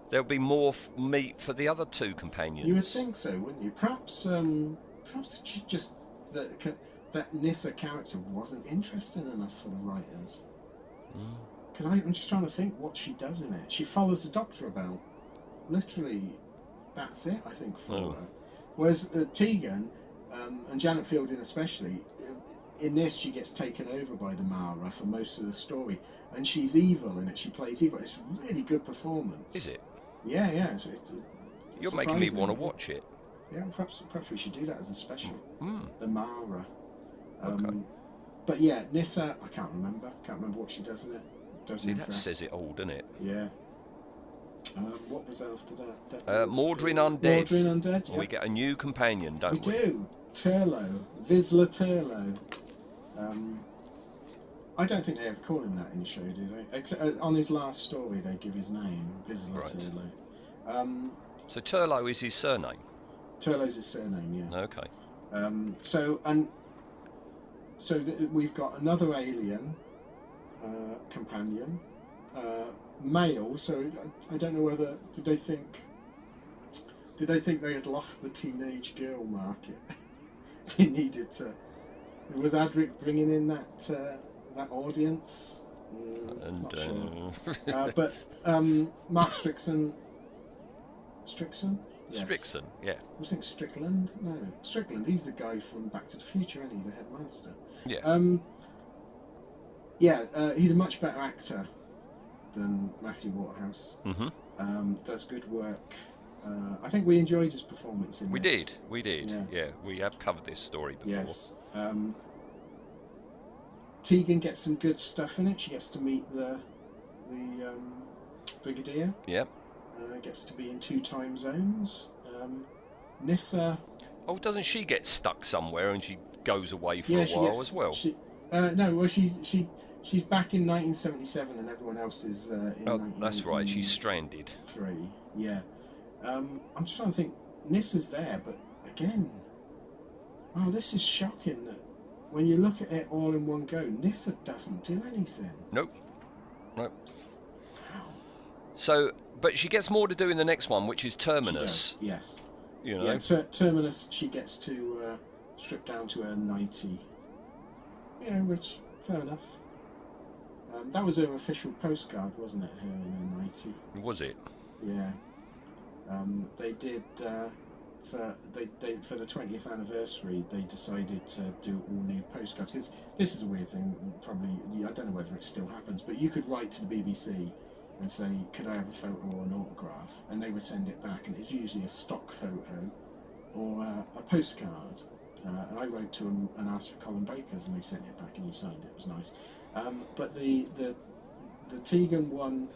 Speaker 4: there'll be more f- meat for the other two companions.
Speaker 5: You would think so, wouldn't you? Perhaps, um, perhaps j- just that ca- that Nissa character wasn't interesting enough for the writers.
Speaker 4: Mm.
Speaker 5: Because I'm just trying to think what she does in it. She follows the Doctor about. Literally, that's it. I think for
Speaker 4: Oh.
Speaker 5: her. Whereas uh, Tegan um, and Janet Fielding, especially uh, in this, she gets taken over by the Mara for most of the story, and she's evil in it. She plays evil. It's a really good performance.
Speaker 4: Is it?
Speaker 5: Yeah, yeah. It's, it's, it's
Speaker 4: You're making me
Speaker 5: surprising.
Speaker 4: want to watch it.
Speaker 5: Yeah, perhaps perhaps we should do that as a special.
Speaker 4: Mm.
Speaker 5: The Mara. Um,
Speaker 4: Okay.
Speaker 5: But yeah, Nissa, I can't remember. Can't remember what she does in it. Doesn't
Speaker 4: See, that
Speaker 5: impress.
Speaker 4: says it all, doesn't it?
Speaker 5: Yeah. Um, what was after that? that
Speaker 4: Uh, Maudlin Undead.
Speaker 5: Maudlin Undead. Yeah.
Speaker 4: We get a new companion,
Speaker 5: We
Speaker 4: don't we?
Speaker 5: do. Turlo. Vizsla Turlo. Um, I don't think they ever call him that in the show, do they? Except uh, on his last story, they give his name, Vizsla
Speaker 4: Right.
Speaker 5: Turlo. Um,
Speaker 4: So Turlo is his surname.
Speaker 5: Turlo's his surname, yeah.
Speaker 4: Okay.
Speaker 5: Um, so and so th- we've got another alien uh, companion, uh, male. So I, I don't know whether did they think did they think they had lost the teenage girl market? they needed to. Was Adric bringing in that uh, that audience? Mm,
Speaker 4: And
Speaker 5: not sure.
Speaker 4: uh,
Speaker 5: uh, but um, Mark Strickson, Strickson, Yes.
Speaker 4: Strickson, yeah.
Speaker 5: I think Strickland. No, Strickland. He's the guy from Back to the Future, isn't he? The headmaster.
Speaker 4: Yeah.
Speaker 5: Um. Yeah, uh, he's a much better actor than Matthew Waterhouse.
Speaker 4: hmm
Speaker 5: Um, does good work. Uh, I think we enjoyed his performance in
Speaker 4: We
Speaker 5: this.
Speaker 4: did, we did. Yeah.
Speaker 5: Yeah.
Speaker 4: we have covered this story before.
Speaker 5: Yes. Um, Tegan gets some good stuff in it. She gets to meet the the um, brigadier.
Speaker 4: Yeah.
Speaker 5: Uh, gets to be in two time zones. Um, Nissa
Speaker 4: Oh, doesn't she get stuck somewhere and she goes away for a
Speaker 5: she
Speaker 4: while
Speaker 5: gets-
Speaker 4: as well?
Speaker 5: She, uh, no, well, she's she she's back in 1977, and everyone else is uh, in. Mm.
Speaker 4: oh, that's right. She's
Speaker 5: 1993.
Speaker 4: stranded.
Speaker 5: Yeah, um, I'm just trying to think. Nissa's there, but again, wow, this is shocking. That when you look at it all in one go, Nissa doesn't do anything.
Speaker 4: Nope. Nope.
Speaker 5: Wow.
Speaker 4: So, but she gets more to do in the next one, which is
Speaker 5: She
Speaker 4: Terminus.
Speaker 5: does, Yes.
Speaker 4: You know.
Speaker 5: Yeah. Ter- Terminus. She gets to uh, strip down to her 90. Yeah, which fair enough. Um, that was her official postcard, wasn't it? Her in her 90.
Speaker 4: Was it?
Speaker 5: Yeah. Um, they did uh, for they, they for the twentieth anniversary. They decided to do all new postcards because this is a weird thing. Probably I don't know whether it still happens, but you could write to the BBC and say, "Could I have a photo or an autograph?" and they would send it back, and it's usually a stock photo or uh, a postcard. Uh, and I wrote to him and asked for Colin Baker's, and they sent it back and he signed it. It was nice. Um, but the the the Tegan one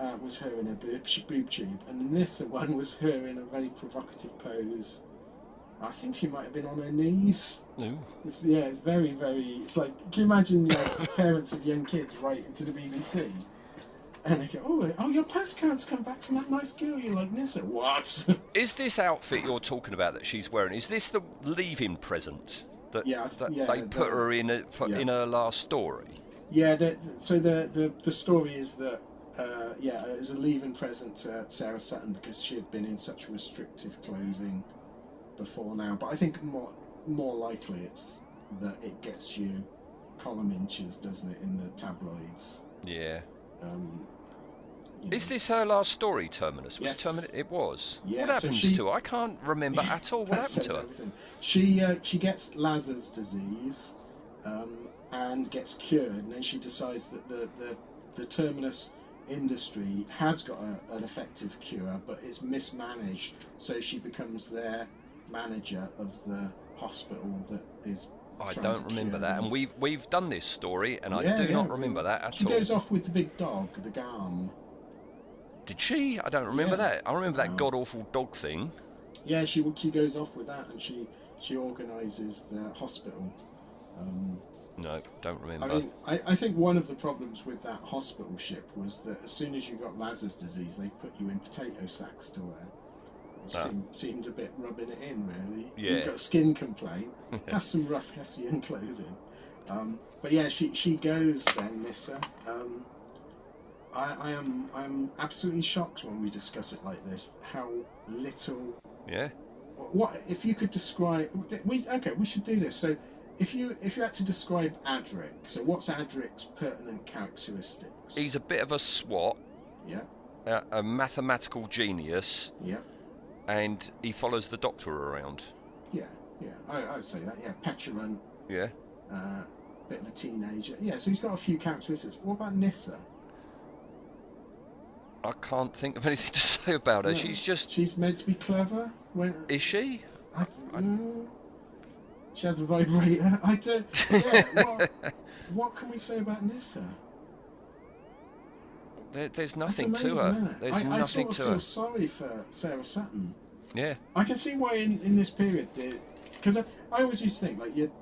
Speaker 5: uh, was her in a boob, boob tube, and the Nissa one was her in a very provocative pose. I think she might have been on her knees.
Speaker 4: Ooh.
Speaker 5: It's, yeah, it's very, very. It's like, can you imagine like, parents of young kids writing to the BBC? And they go, oh, oh, your postcard's come back from that nice girl you like, Nissa. What?
Speaker 4: Is this outfit you're talking about that she's wearing? Is this the leaving present that,
Speaker 5: Yeah, I th-
Speaker 4: that
Speaker 5: yeah,
Speaker 4: they
Speaker 5: that-
Speaker 4: put her in a, for,
Speaker 5: yeah.
Speaker 4: in her last story?
Speaker 5: Yeah, the, so the, the the story is that uh, yeah, it was a leaving present to Sarah Sutton because she had been in such restrictive clothing before now. But I think more more likely it's that it gets you column inches, doesn't it, in the tabloids?
Speaker 4: Yeah.
Speaker 5: Um, you
Speaker 4: Is
Speaker 5: know.
Speaker 4: this her last story, Terminus? Was
Speaker 5: Yes.
Speaker 4: Terminus? It was.
Speaker 5: Yeah,
Speaker 4: what
Speaker 5: so
Speaker 4: happened
Speaker 5: she-
Speaker 4: to her? I can't remember at all what
Speaker 5: That
Speaker 4: happened
Speaker 5: says
Speaker 4: to her.
Speaker 5: everything. She uh, she gets Lazar's disease um, and gets cured, and then she decides that the the, the terminus industry has got a, an effective cure, but it's mismanaged. So she becomes their manager of the hospital that is.
Speaker 4: I
Speaker 5: trying
Speaker 4: don't
Speaker 5: to
Speaker 4: remember
Speaker 5: cure
Speaker 4: that. And
Speaker 5: these.
Speaker 4: we've we've done this story, and I
Speaker 5: Yeah,
Speaker 4: do
Speaker 5: yeah,
Speaker 4: not remember that at
Speaker 5: She
Speaker 4: all.
Speaker 5: goes off with the big dog, the Garm.
Speaker 4: Did she? I don't remember
Speaker 5: Yeah.
Speaker 4: that. I remember that
Speaker 5: No.
Speaker 4: god awful dog thing.
Speaker 5: Yeah, she she goes off with that, and she she organises the hospital. Um,
Speaker 4: No, don't remember.
Speaker 5: I mean, I, I think one of the problems with that hospital ship was that as soon as you got Lazarus disease, they put you in potato sacks to wear. Which
Speaker 4: Ah.
Speaker 5: seemed, seemed a bit rubbing it in, really.
Speaker 4: Yeah.
Speaker 5: You've got a skin complaint, have some rough Hessian clothing. Um, but yeah, she, she goes then, Nissa. Um, I, I am I'm absolutely shocked when we discuss it like this how little
Speaker 4: yeah.
Speaker 5: what if you could describe? We okay. We should do this. So, if you if you had to describe Adric, so what's Adric's pertinent characteristics?
Speaker 4: He's a bit of a swot,
Speaker 5: yeah,
Speaker 4: a, a mathematical genius,
Speaker 5: yeah,
Speaker 4: and he follows the doctor around.
Speaker 5: yeah, yeah. I I'd say that. Yeah, petulant,
Speaker 4: Yeah.
Speaker 5: uh, bit of a teenager. Yeah. So he's got a few characteristics. What about Nissa?
Speaker 4: I can't think of anything to say about her.
Speaker 5: No.
Speaker 4: She's just.
Speaker 5: She's meant to be clever. When
Speaker 4: Is she?
Speaker 5: I, no. she has a vibrator. I don't. Yeah. what, what can we say about Nissa?
Speaker 4: There, there's
Speaker 5: That's
Speaker 4: nothing
Speaker 5: amazing,
Speaker 4: to her.
Speaker 5: isn't it?
Speaker 4: There's
Speaker 5: I, I
Speaker 4: nothing
Speaker 5: sort of
Speaker 4: to
Speaker 5: feel
Speaker 4: her.
Speaker 5: sorry for Sarah Sutton.
Speaker 4: Yeah.
Speaker 5: I can see why in, in this period, because I, I always used to think like you'd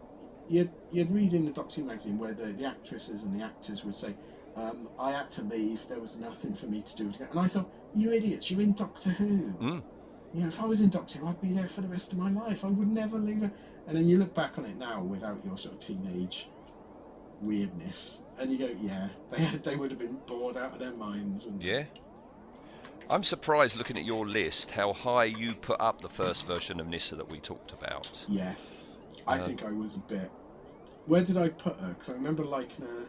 Speaker 5: you'd, you'd read in the Doctor Who magazine where the, the actresses and the actors would say, um, "I had to leave. There was nothing for me to do." And I thought, you idiots, you're in Doctor Who.
Speaker 4: Mm.
Speaker 5: You know, if I was in Doctor Who, I'd be there for the rest of my life. I would never leave. Her. And then you look back on it now without your sort of teenage weirdness, and you go, "Yeah, they they would have been bored out of their minds." And
Speaker 4: Yeah. I'm surprised looking at your list how high you put up the first version of Nissa that we talked about.
Speaker 5: Yes. I
Speaker 4: Um,
Speaker 5: think I was a bit. Where did I put her? Because I remember liking her.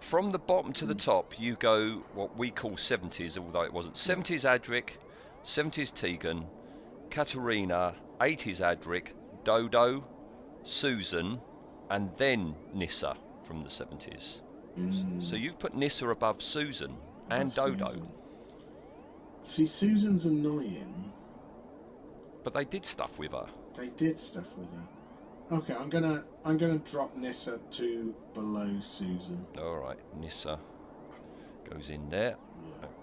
Speaker 4: From the bottom to the
Speaker 5: Mm.
Speaker 4: top, you go what we call 70s, although it wasn't. 70s Adric, 70s Tegan, Katerina, 80s Adric, Dodo, Susan, and then Nissa from the 70s. So you've put Nissa above Susan and
Speaker 5: Mm. Above
Speaker 4: Dodo,
Speaker 5: Susan. See, Susan's annoying.
Speaker 4: but they did stuff with her.
Speaker 5: They did stuff with her. Okay, I'm gonna I'm gonna drop Nissa to below Susan.
Speaker 4: All right, Nissa goes in there.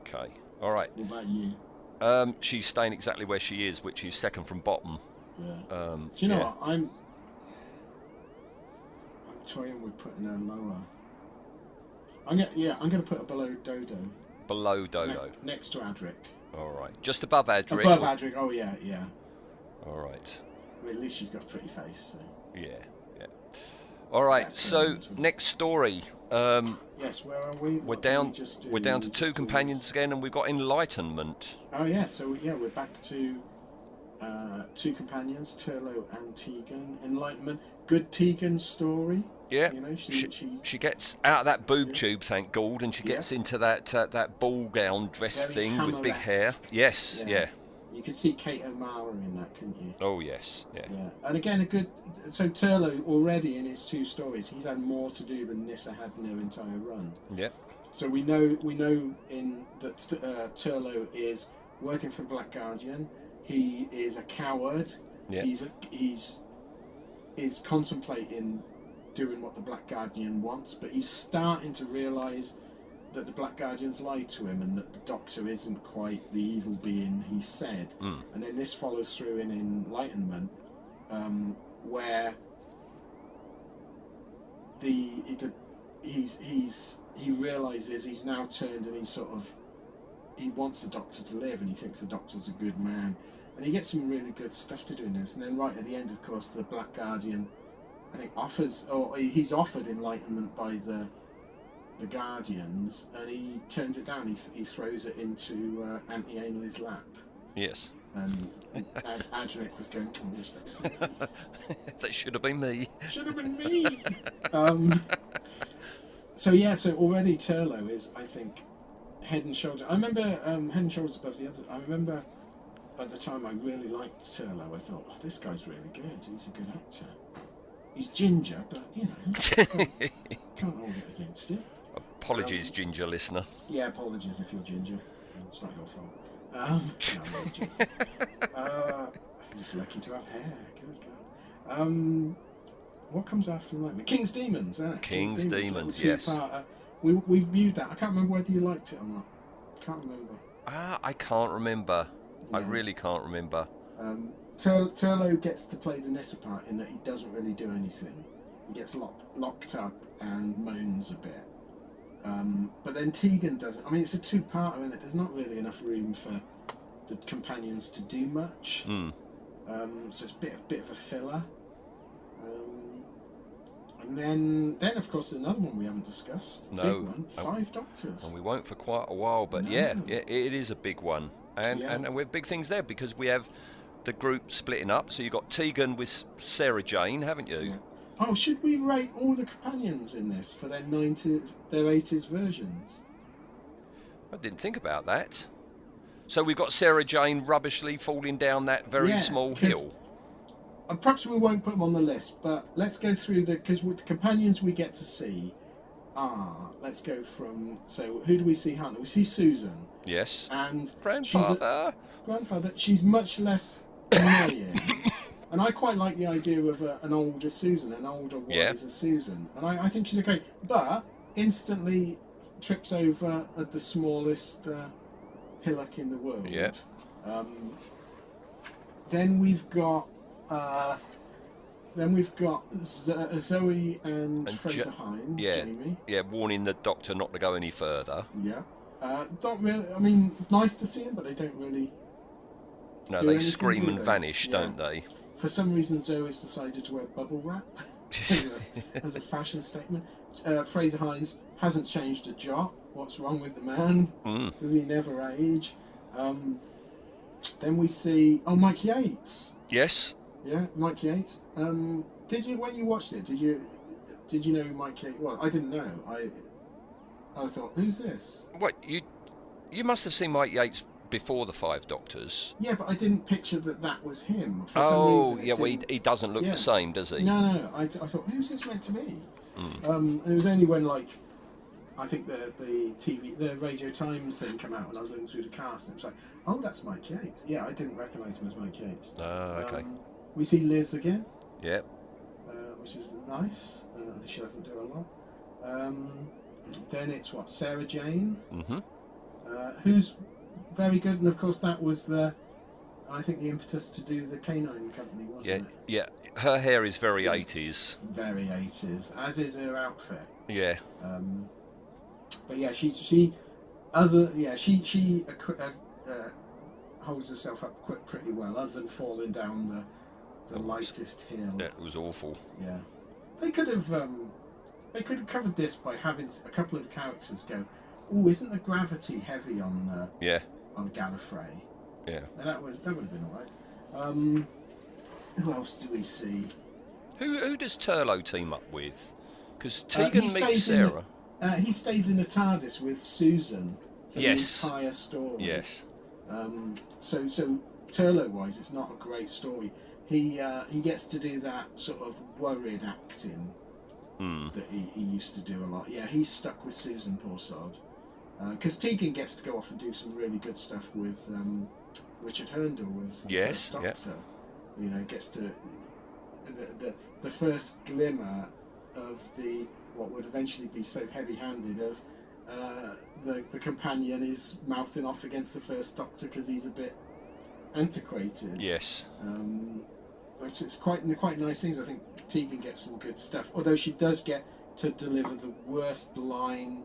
Speaker 4: Okay. All right.
Speaker 5: What about you?
Speaker 4: Um, she's staying exactly where she is, which is second from bottom.
Speaker 5: Yeah.
Speaker 4: Um,
Speaker 5: Do you know
Speaker 4: yeah.
Speaker 5: what? I'm I'm toying with putting her lower. I'm gonna yeah I'm gonna put her below Dodo.
Speaker 4: Below
Speaker 5: ne-
Speaker 4: Dodo.
Speaker 5: next to Adric.
Speaker 4: All right. Just above Adric.
Speaker 5: Above Adric. Oh yeah yeah.
Speaker 4: All right.
Speaker 5: Well, at least she's got a pretty face. So.
Speaker 4: Yeah. Yeah. All right.
Speaker 5: That's
Speaker 4: So
Speaker 5: amazing.
Speaker 4: next story. Um,
Speaker 5: Yes, where are we?
Speaker 4: we're
Speaker 5: What did we
Speaker 4: down.
Speaker 5: just do?
Speaker 4: We're down to
Speaker 5: We
Speaker 4: two
Speaker 5: just did-
Speaker 4: companions again, and we've got enlightenment.
Speaker 5: Oh yeah, so yeah, we're back to uh, two companions, Turlo and Tegan. Enlightenment, good Tegan story.
Speaker 4: Yeah.
Speaker 5: You know, she,
Speaker 4: She,
Speaker 5: she,
Speaker 4: she gets out of that boob
Speaker 5: Yeah.
Speaker 4: tube, thank God, and she
Speaker 5: Yeah.
Speaker 4: gets into that uh, that ball gown dress
Speaker 5: Very
Speaker 4: thing with big hair.
Speaker 5: Hammer-esque.
Speaker 4: Yes,
Speaker 5: Yeah.
Speaker 4: yeah.
Speaker 5: you could see Kate O'Mara in that, couldn't you?
Speaker 4: Oh yes, yeah.
Speaker 5: Yeah, and again a good. So Turlo already in his two stories, he's had more to do than Nissa had in her entire run.
Speaker 4: Yeah.
Speaker 5: So we know we know in that uh, Turlo is working for Black Guardian. He is a coward.
Speaker 4: Yeah.
Speaker 5: He's a, he's is contemplating doing what the Black Guardian wants, but he's starting to realise that the Black Guardian's lied to him and that the Doctor isn't quite the evil being he said.
Speaker 4: Mm.
Speaker 5: And then this follows through in Enlightenment, um, where the, the he's he's he realizes he's now turned and he's sort of he wants the doctor to live and he thinks the doctor's a good man and he gets some really good stuff to do in this and then right at the end of course the black guardian i think offers or he's offered enlightenment by the the guardians and he turns it down he, th- he throws it into uh, auntie ainley's lap
Speaker 4: Yes.
Speaker 5: and Ad- Adric was going oh, yes, that's it."
Speaker 4: that should have been me.
Speaker 5: Should have been me. um, so yeah, so already Turlo is, I think, head and shoulders. I remember um, head and shoulders above the other. I remember at the time I really liked Turlo. I thought, oh, this guy's really good. He's a good actor. He's ginger, but you know, can't hold it against him. Um,
Speaker 4: Apologies, Ginger listener.
Speaker 5: Yeah, apologies if you're ginger. It's not your fault. Um, no, I'm not ginger. uh, I'm just lucky to have hair. Good God. Um, what comes after Enlightenment? King's Demons, isn't it?
Speaker 4: King's Demons,
Speaker 5: little
Speaker 4: yes.
Speaker 5: two-parter. We, we viewed that. I can't remember whether you liked it or not. Can't remember.
Speaker 4: Ah, I can't remember. I
Speaker 5: Yeah.
Speaker 4: really can't remember.
Speaker 5: Um, Tur- Turlo gets to play the Nissa part in that he doesn't really do anything. He gets lock- locked up and moans a bit. Um, but then Tegan does it. I mean, it's a two-parter, and there's not really enough room for the companions to do much.
Speaker 4: Hmm.
Speaker 5: Um, so it's a bit, bit of a filler. Um, and then, then of course, another one we haven't discussed.
Speaker 4: No.
Speaker 5: Big one,
Speaker 4: Oh.
Speaker 5: Five Doctors.
Speaker 4: and we won't for quite a while. But yeah,
Speaker 5: No.
Speaker 4: yeah, it is a big one, and
Speaker 5: Yeah.
Speaker 4: and, and we have big things there because we have the group splitting up. So you have got Tegan with S- Sarah Jane, haven't you?
Speaker 5: Yeah. Oh, should we rate all the companions in this for their 90s, their 80s versions?
Speaker 4: I didn't think about that. So we've got Sarah Jane rubbishly falling down that very
Speaker 5: Yeah,
Speaker 4: small
Speaker 5: 'cause-
Speaker 4: hill.
Speaker 5: Uh, perhaps we won't put them on the list, but let's go through the because the companions we get to see are. Let's go from so who do we see? Hannah. We see Susan,
Speaker 4: Yes,
Speaker 5: and she's a,
Speaker 4: grandfather.
Speaker 5: grandfather. She's much less annoying, and I quite like the idea of a, an older Susan, an older
Speaker 4: Yeah.
Speaker 5: wiser Susan, and I, I think she's okay. But instantly trips over at the smallest uh, hillock in the world.
Speaker 4: Yeah.
Speaker 5: Um, then we've got. Uh, then we've got Zo- uh, Zoe and,
Speaker 4: And
Speaker 5: Fraser
Speaker 4: Jo-
Speaker 5: Hines,
Speaker 4: yeah.
Speaker 5: Jamie.
Speaker 4: Yeah, warning the doctor not to go any further.
Speaker 5: Yeah. Uh, not really. I mean, it's nice to see them, but they don't really.
Speaker 4: No,
Speaker 5: Do
Speaker 4: they
Speaker 5: anything,
Speaker 4: scream
Speaker 5: do
Speaker 4: and
Speaker 5: they?
Speaker 4: vanish,
Speaker 5: Yeah.
Speaker 4: don't they?
Speaker 5: For some reason, Zoe's decided to wear bubble wrap as a fashion statement. Uh, Fraser Hines hasn't changed a jot. What's wrong with the man?
Speaker 4: Mm.
Speaker 5: Does he never age? Um, then we see oh Mike Yates.
Speaker 4: Yes,
Speaker 5: Yeah, Mike Yates. Um, did you when you watched it? Did you did you know who Mike Yates? Well, I didn't know. I I thought who's this?
Speaker 4: What you you must have seen Mike Yates before the Five Doctors.
Speaker 5: Yeah, but I didn't picture that that was him. For some
Speaker 4: Oh,
Speaker 5: reason, it
Speaker 4: yeah. Well, he,
Speaker 5: didn't-
Speaker 4: he doesn't look
Speaker 5: Yeah.
Speaker 4: the same, does he?
Speaker 5: No, no. I, I thought who's this meant to be? Um, and it was only when like I think the the TV the Radio Times thing came out, and I was looking through the cast, and it was like, oh, that's Mike Yates. Yeah, I didn't recognise him as Mike Yates.
Speaker 4: Ah, okay.
Speaker 5: Um, we see Liz again.
Speaker 4: yeah.
Speaker 5: uh, which is nice. Uh, she doesn't do a lot. Um, then it's what Sarah Jane,
Speaker 4: Mm-hmm.
Speaker 5: uh, who's very good, and of course that was the, I think the impetus to do the Canine Company, wasn't
Speaker 4: Yeah.
Speaker 5: it?
Speaker 4: Yeah. Her hair is very eighties.
Speaker 5: Very eighties, as is her outfit.
Speaker 4: Yeah.
Speaker 5: Um, but yeah, she she other yeah she she acqu- uh, uh, holds herself up quite pretty well, other than falling down the the
Speaker 4: Oh, it's-
Speaker 5: lightest hill.
Speaker 4: That was awful.
Speaker 5: Yeah, they could have um, they could have covered this by having s- a couple of characters go, "Oh, isn't the gravity heavy on uh,
Speaker 4: Yeah.
Speaker 5: on Gallifrey?"
Speaker 4: Yeah.
Speaker 5: And that would that would have been alright. Um, who else do we see?
Speaker 4: Who who does Turlo team up with? Because
Speaker 5: Uh, he
Speaker 4: Tegan meets
Speaker 5: stays in the-
Speaker 4: Sarah.
Speaker 5: Uh, he stays in the TARDIS with Susan for
Speaker 4: Yes.
Speaker 5: the entire story.
Speaker 4: Yes.
Speaker 5: Um, so so Turlo wise, it's not a great story. He uh, he gets to do that sort of worried acting
Speaker 4: Mm.
Speaker 5: that he, he used to do a lot. Yeah, he's stuck with Susan poor sod. Because Tegan gets to go off and do some really good stuff with um, Richard Herndon was the
Speaker 4: Yes,
Speaker 5: first
Speaker 4: yeah.
Speaker 5: Doctor. You know, gets to the, the, the first glimmer of the what would eventually be so heavy-handed of uh, the the companion is mouthing off against the first Doctor because he's a bit antiquated.
Speaker 4: Yes.
Speaker 5: Um, which it's quite quite nice things. I think Tegan gets some good stuff. Although she does get to deliver the worst line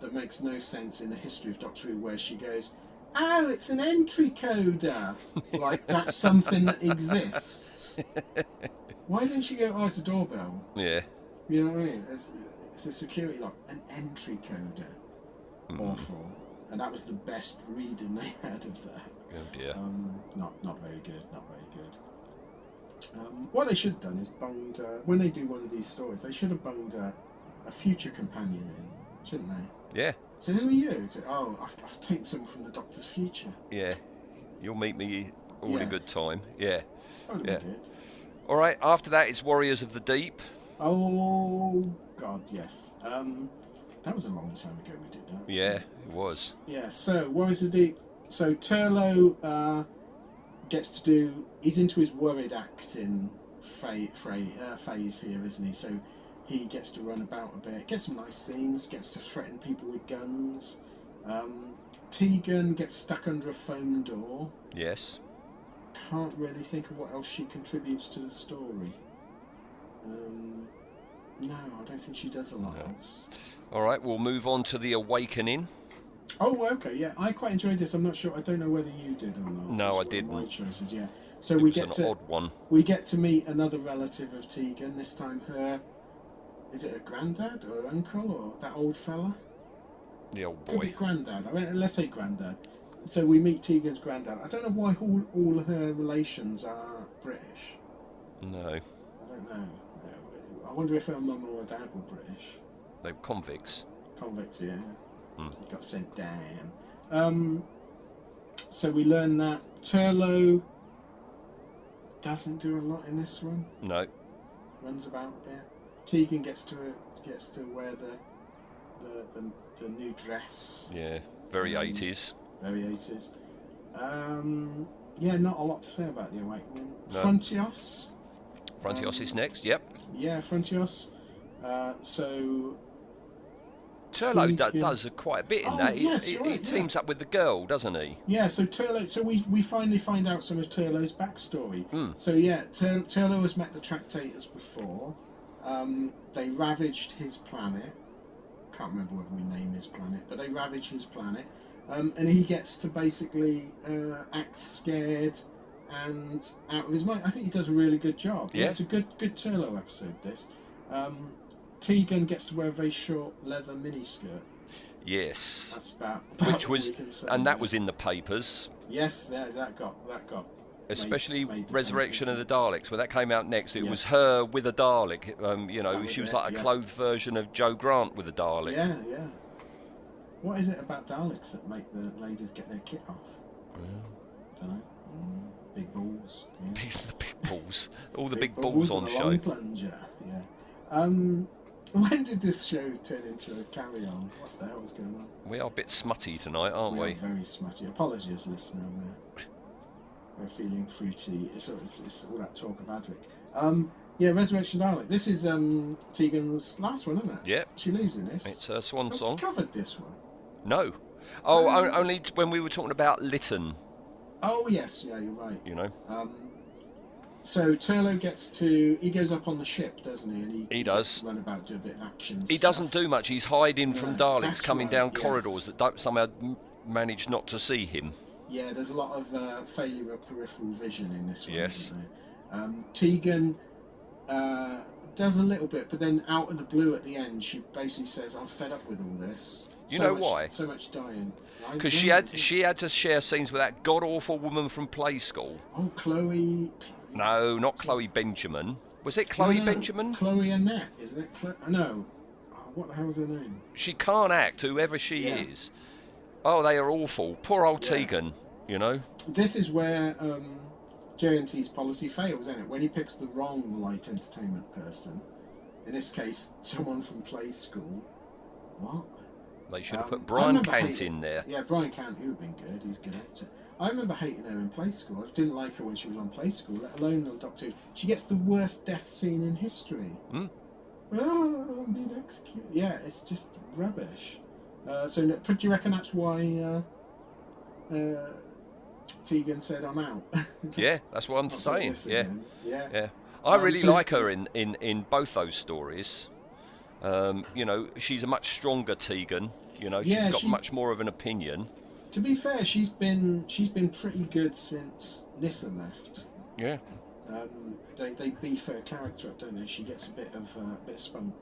Speaker 5: that makes no sense in the history of Doctor Who, where she goes, "Oh, it's an entry coder. like that's something that exists. Why didn't she go? Oh, it's a doorbell.
Speaker 4: Yeah.
Speaker 5: You know what I mean? It's, it's a security lock, an entry coder.
Speaker 4: Mm.
Speaker 5: Awful. And that was the best reading they had of that.
Speaker 4: Oh dear.
Speaker 5: Um, not not very good. Not very good. Um, what they should have done is bunged uh, when they do one of these stories. They should have bunged uh, a future companion in, shouldn't they?
Speaker 4: Yeah.
Speaker 5: So who are you? So, oh, I've, I've taken some from the Doctor's future.
Speaker 4: Yeah. You'll meet me all
Speaker 5: Yeah.
Speaker 4: in good time. Yeah.
Speaker 5: That would
Speaker 4: Yeah.
Speaker 5: have been good.
Speaker 4: All right. After that, it's Warriors of the Deep.
Speaker 5: Oh God, yes. Um, that was a long time ago we did that. wasn't
Speaker 4: Yeah,
Speaker 5: it?
Speaker 4: it was.
Speaker 5: Yeah. So Warriors of the Deep. So Turlo uh, gets to do. He's into his worried acting fa- fra- uh, phase here, isn't he? So he gets to run about a bit, gets some nice scenes, gets to threaten people with guns. Um, Tegan gets stuck under a phone door.
Speaker 4: Yes.
Speaker 5: Can't really think of what else she contributes to the story. Um, no, I don't think she does a lot
Speaker 4: No.
Speaker 5: else.
Speaker 4: All right. We'll move on to the Awakening.
Speaker 5: Oh, okay, yeah. I quite enjoyed this. I'm not sure. I don't know whether you did or not.
Speaker 4: No, I
Speaker 5: It's one of
Speaker 4: didn't.
Speaker 5: My choices, yeah. So
Speaker 4: It
Speaker 5: we
Speaker 4: was
Speaker 5: get
Speaker 4: an
Speaker 5: to
Speaker 4: odd one.
Speaker 5: we get to meet another relative of Tegan. This time, her is it a granddad or uncle or that old fella?
Speaker 4: The old
Speaker 5: Could be
Speaker 4: boy.
Speaker 5: granddad. I mean, let's say granddad. So we meet Tegan's granddad. I don't know why all all her relations are British.
Speaker 4: No,
Speaker 5: I don't know. Uh, I wonder if her mum or her dad were British.
Speaker 4: they were convicts.
Speaker 5: Convicts, yeah.
Speaker 4: Hmm.
Speaker 5: Got sent down. Um, so we learn that Turlo doesn't do a lot in this one.
Speaker 4: No.
Speaker 5: Runs about a bit. Tegan gets to gets to wear the the, the, the new dress.
Speaker 4: Yeah. Very
Speaker 5: Mm.
Speaker 4: 80s.
Speaker 5: Very eighties. Um, yeah, not a lot to say about the awakening.
Speaker 4: No.
Speaker 5: Frontios.
Speaker 4: Frontios
Speaker 5: Um,
Speaker 4: is next. Yep.
Speaker 5: Yeah, Frontios. Uh, so
Speaker 4: Turlo do-
Speaker 5: Tegan-
Speaker 4: does a- quite a bit in
Speaker 5: Oh,
Speaker 4: that. He,
Speaker 5: yes,
Speaker 4: he,
Speaker 5: you're
Speaker 4: he
Speaker 5: right, yeah.
Speaker 4: teams up with the girl, doesn't he?
Speaker 5: Yeah, so Turlo. So we we finally find out some of Turlo's backstory.
Speaker 4: Hmm.
Speaker 5: So yeah, Tur- Turlo has met the Tractators before. Um, they ravaged his planet. Can't remember whether we name his planet, but they ravaged his planet, um, and he gets to basically uh, act scared and out of his mind. I think he does a really good job.
Speaker 4: Yeah.
Speaker 5: it's a good good Turlo episode. This. Um, Tegan gets to wear a very short leather miniskirt.
Speaker 4: Yes.
Speaker 5: That's about, about
Speaker 4: Which
Speaker 5: all
Speaker 4: was,
Speaker 5: we can say.
Speaker 4: and that was in the papers,
Speaker 5: Yes, that, that got that got.
Speaker 4: especially
Speaker 5: made the
Speaker 4: Resurrection of the Daleks, when that came out next. It
Speaker 5: Yeah.
Speaker 4: was her with a Dalek. Um, you know,
Speaker 5: That
Speaker 4: she was
Speaker 5: was it,
Speaker 4: like a
Speaker 5: yeah.
Speaker 4: clothed version of Joe Grant with a Dalek.
Speaker 5: Yeah, yeah. What is it about Daleks that make the ladies get their kit off? Don't know. Mm, big balls. Yeah.
Speaker 4: Big, the big balls. All the big, balls, on
Speaker 5: and a
Speaker 4: show.
Speaker 5: long plunger. Yeah. Um, when did this show turn into a carry-on? What the hell was going on?
Speaker 4: We are a bit smutty tonight, aren't
Speaker 5: we
Speaker 4: we?
Speaker 5: are very smutty. Apologies, listener. We're, we're feeling fruity. It's, all- it's, it's all that talk of Adric. Um, yeah, Resurrection Dalek. This is um, Tegan's last one, isn't it?
Speaker 4: Yep.
Speaker 5: She leaves in this.
Speaker 4: It's her swan
Speaker 5: Have we
Speaker 4: song.
Speaker 5: covered this one.
Speaker 4: No. Oh, o-
Speaker 5: Um,
Speaker 4: only t- when we were talking about Lytton,
Speaker 5: Oh yes, yeah, you're right.
Speaker 4: you know.
Speaker 5: Um, so Turlo gets to he goes up on the ship, doesn't he? And he,
Speaker 4: He does.
Speaker 5: gets to run about, do a bit of action. and
Speaker 4: He
Speaker 5: stuff.
Speaker 4: doesn't do much. He's hiding from
Speaker 5: No, that's
Speaker 4: Daleks coming
Speaker 5: right,
Speaker 4: down
Speaker 5: yes.
Speaker 4: corridors that don't somehow m- manage not to see him.
Speaker 5: Yeah, there's a lot of uh, failure of peripheral vision in this one.
Speaker 4: Yes.
Speaker 5: isn't there? Um, Tegan uh, does a little bit, but then out of the blue at the end, she basically says, "I'm fed up with all this."
Speaker 4: You
Speaker 5: so
Speaker 4: know
Speaker 5: much,
Speaker 4: why?
Speaker 5: So much dying. I
Speaker 4: Because she
Speaker 5: don't
Speaker 4: had
Speaker 5: think-
Speaker 4: she had to share scenes with that god awful woman from Play School.
Speaker 5: Oh, Chloe.
Speaker 4: No, not Chloe Benjamin. Was it Chloe
Speaker 5: No, no,
Speaker 4: Benjamin?
Speaker 5: Chloe Annette, isn't it? Chlo- no. Oh, what the hell was her name?
Speaker 4: She can't act, whoever she
Speaker 5: Yeah.
Speaker 4: is. Oh, they are awful. Poor old
Speaker 5: Yeah.
Speaker 4: Tegan, you know.
Speaker 5: This is where um, JNT's policy fails, isn't it? When he picks the wrong light entertainment person, in this case, someone from play school. What?
Speaker 4: They should have
Speaker 5: Um,
Speaker 4: put
Speaker 5: I
Speaker 4: Brian
Speaker 5: remember
Speaker 4: Cant
Speaker 5: hating-
Speaker 4: in there.
Speaker 5: Yeah, Brian Cant, he would have been good. He's a good actor. I remember hating her in Play School. I didn't like her when she was on Play School, let alone on Doctor Who. She gets the worst death scene in history.
Speaker 4: Hmm.
Speaker 5: Oh, I'm being executed. Yeah, it's just rubbish. Uh, so, no- do you reckon that's why uh, uh, Tegan said, I'm out?
Speaker 4: Yeah, that's what I'm
Speaker 5: That's what
Speaker 4: saying.
Speaker 5: this is,
Speaker 4: Yeah,
Speaker 5: man. yeah.
Speaker 4: yeah. I
Speaker 5: Um,
Speaker 4: really
Speaker 5: so-
Speaker 4: like her in, in, in both those stories. Um, you know, she's a much stronger Tegan. You know, she's
Speaker 5: Yeah,
Speaker 4: got
Speaker 5: she-
Speaker 4: much more of an opinion.
Speaker 5: To be fair, she's been she's been pretty good since Nissa left.
Speaker 4: Yeah.
Speaker 5: Um, they, they beef her character up, don't they? She gets a bit of uh, a bit of spunk.